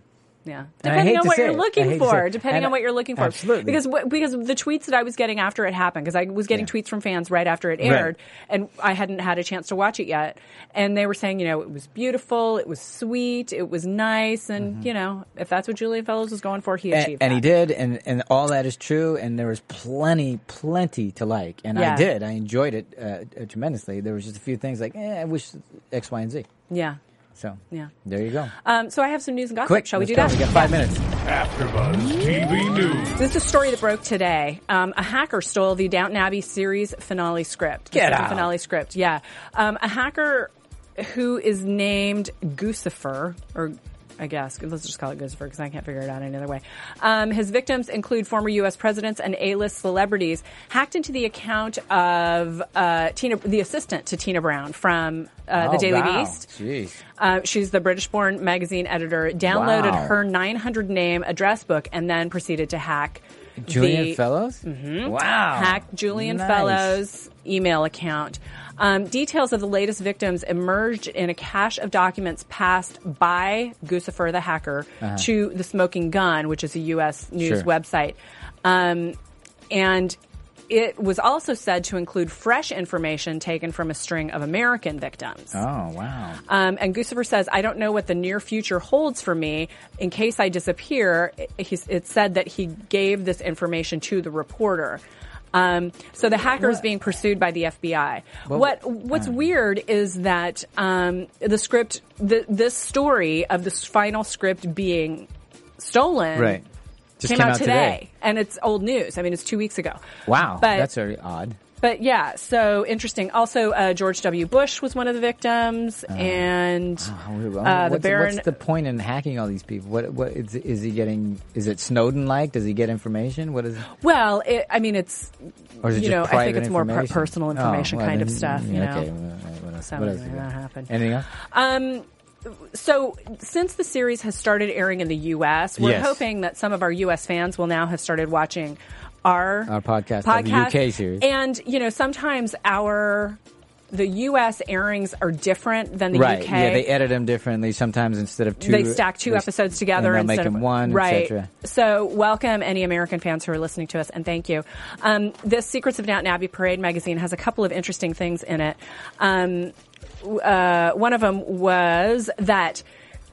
Yeah, And I depending hate on to what say you're it. I looking hate to say for. it. Depending And- on what you're looking for, Absolutely. Because wh- because the tweets that I was getting after it happened, because I was getting tweets from fans right after it Right. aired, and I hadn't had a chance to watch it yet, and they were saying, you know, it was beautiful, it was sweet, it was nice, and you know, if that's what Julian Fellows was going for, he and, achieved. Mm-hmm. and he that. did, and, and all that is true. And there was plenty, plenty to like, and Yeah. I did. I enjoyed it uh, tremendously. There was just a few things like, eh, I wish X, Y, and Z. Yeah. So Yeah. there you go. Um, so I have some news and gossip. Quick, Shall we let's go. do that? We got five minutes. AfterBuzz TV News. This is a story that broke today. Um, a hacker stole the Downton Abbey series finale script. The Get season out. Finale script. Yeah, um, a hacker who is named Guccifer, or I guess let's just call it Guccifer because I can't figure it out any other way. Um, his victims include former U.S. presidents and A-list celebrities. Hacked into the account of uh, Tina, the assistant to Tina Brown from uh, the Oh, Daily wow. Beast. Jeez. Uh, she's the British-born magazine editor. Downloaded Wow. her 900 name address book and then proceeded to hack Julian the Fellows? Mm-hmm. Wow. hack Julian Nice. Fellows' email account. Um, details of the latest victims emerged in a cache of documents passed by Guccifer the hacker to the Smoking Gun, which is a U.S. news Uh-huh. Sure. website, um, and. It was also said to include fresh information taken from a string of American victims. Oh, wow. Um, and Guccifer says, I don't know what the near future holds for me. In case I disappear, he's, it said that he gave this information to the reporter. Um, so the hacker is being pursued by the FBI. what What's weird is that um, the script, the, this story of this final script being stolen, right. Just came, out today. and it's old news. I mean, it's two weeks ago. Wow. But- That's very odd. but yeah, so interesting. Also, uh, George W. Bush was one of the victims, and uh, the what's, Baron. what's the point in hacking all these people? What, what is, is he getting? Is it Snowden like? Does he get information? What is? well, it, I mean, it's Or is it you just know, I think private it's more per- information? personal Oh, information well, kind then- of stuff. You okay, know, well, right, what else? So what else anyway, we got? that happened. Anything else? um. So, since the series has started airing in the U.S., we're Yes. hoping that some of our U.S. fans will now have started watching our Our podcast, the UK series. And you know, sometimes our the U.S. airings are different than the right. UK. Yeah, they edit them differently. Sometimes instead of two, they stack two they- episodes together and they'll instead make of them one, right. etc. So welcome any American fans who are listening to us, and thank you. Um, this Secrets of Downton Abbey Parade magazine has a couple of interesting things in it. Um, w- uh, one of them was that.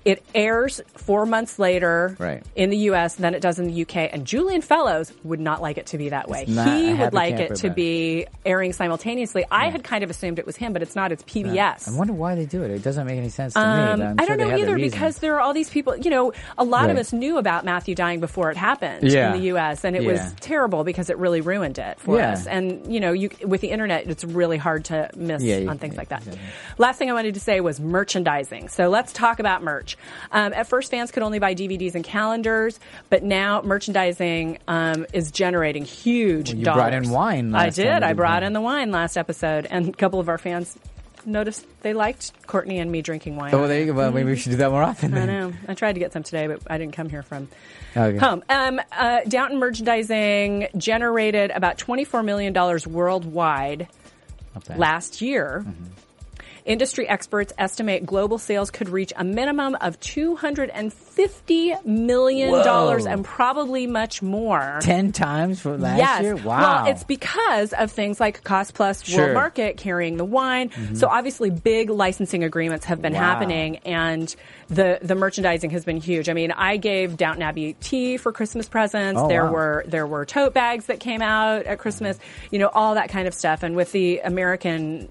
It airs four months later Right. in the U.S. than it does in the U.K. And Julian Fellows would not like it to be that way. not a He would happy like camper it to about it. be airing simultaneously. I had kind of assumed it was him, but it's not. It's PBS. I wonder why they do it. It doesn't make any sense to me. but Um, I'm I sure don't they have know their either reasons. because there are all these people. You know, a lot of Right. us knew about Matthew dying before it happened Yeah. in the U.S., and it Yeah. was terrible because it really ruined it for Yeah. us. And you know, you with the internet, it's really hard to miss Yeah, you- on things like that. yeah. Last thing I wanted to say was merchandising. So let's talk about merch. Um, at first, fans could only buy DVDs and calendars, but now merchandising um, is generating huge you dollars. brought in wine I last time did. we I did brought that. in the wine last episode, and a couple of our fans noticed they liked Courtney and me drinking wine. Oh, well, there you go. Well, maybe we should do that more often. Then. I know. I tried to get some today, but I didn't come here from Okay. home. Um, uh, Downton Merchandising generated about $24 million worldwide Not bad. last year. Mm-hmm. Industry experts estimate global sales could reach a minimum of $250 million Whoa. and probably much more. ten times from last yes. year. Wow. Well, it's because of things like Cost Plus Sure. Mm-hmm. World Market carrying the wine. So obviously, big licensing agreements have been Wow. happening, and the the merchandising has been huge. I mean, I gave Downton Abbey tea for Christmas presents. Oh, there wow. were there were tote bags that came out at Christmas. You know, all that kind of stuff. And with the American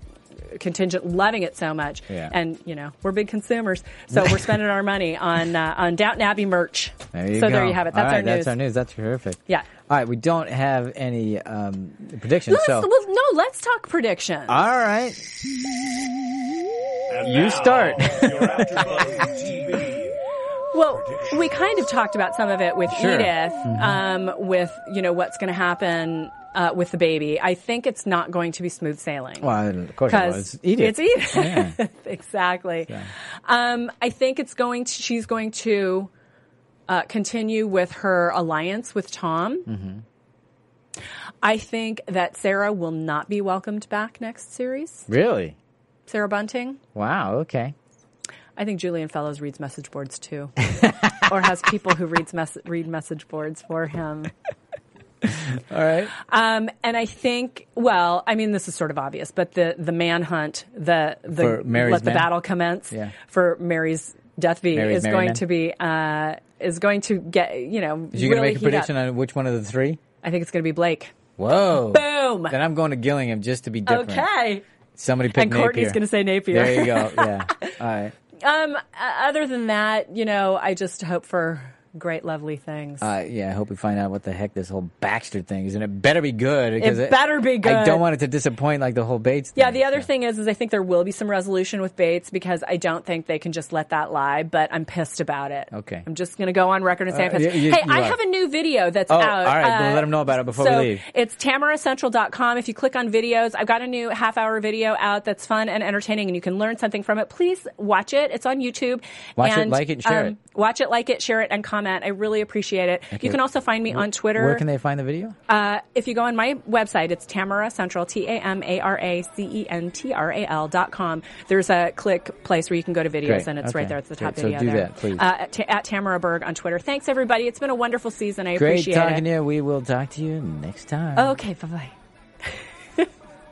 contingent loving it so much Yeah. and you know we're big consumers so we're spending our money on uh, on Downton Abbey merch There you so go. there you have it All that's right, our news That's our news. That's terrific. Yeah. All right, we don't have any um, predictions. Let's, so, Uh, well, no, let's talk predictions. all right, And You now, start. your AfterBuzz TV. well, we kind of talked about some of it with Sure. Mm-hmm. Edith, um, with you know what's going to happen uh, with the baby. I think it's not going to be smooth sailing. well, of course it was. Eat it. it's Edith. Yeah. exactly. Um, I think it's going to. She's going to uh, continue with her alliance with Tom. Mm-hmm. I think that Sarah will not be welcomed back next series. Really? Sarah Bunting. Wow. Okay. I think Julian Fellows reads message boards too. or has people who reads mess- read message boards for him. All right. Um, and I think, well, I mean, this is sort of obvious, but the the manhunt, the the For Mary's let the man? battle commence Yeah. for Mary's death v Mary's is Mary going man. to be uh, is going to get you know. Is you really gonna make a heat up. prediction on which one of the three? I think it's going to be Blake. Whoa. Boom. Then I'm going to Gillingham just to be different. Okay. Somebody pick And Courtney's going to say Napier. There you go. Yeah. All right. Um, o- other than that, you know, I just hope for great, lovely things. Uh, yeah, I hope we find out what the heck this whole Baxter thing is, and it better be good. because better be I good. don't want it to disappoint like the whole Bates. yeah, thing. the other thing is, is I think there will be some resolution with Bates because I don't think they can just let that lie. But I'm pissed about it. Okay. I'm just going to go on record and say I'm Uh, pissed. you- you- hey, you I are. have a new video that's Oh, out. uh, all right. Well, let 'em know about it before we so leave. It's tamaracentral.com. If you click on videos, I've got a new half-hour video out that's fun and entertaining, and you can learn something from it. Please watch it. It's on YouTube. Watch it, And, um, like it, and share it. Watch it, like it, share it, and comment. I really appreciate it. You can also find me on Twitter. Where can they find the video? Uh, if you go on my website, it's Tamara Central, T A M A R A C E N T R A L dot com. There's a click place where you can go to videos, Great. and it's Okay. right there. It's the top Great. So video do there. that, please. Uh, at, Ta- at Tamara Berg on Twitter. Thanks, everybody. It's been a wonderful season. I Great appreciate talking to it. you. We will talk to you next time. Okay, bye bye.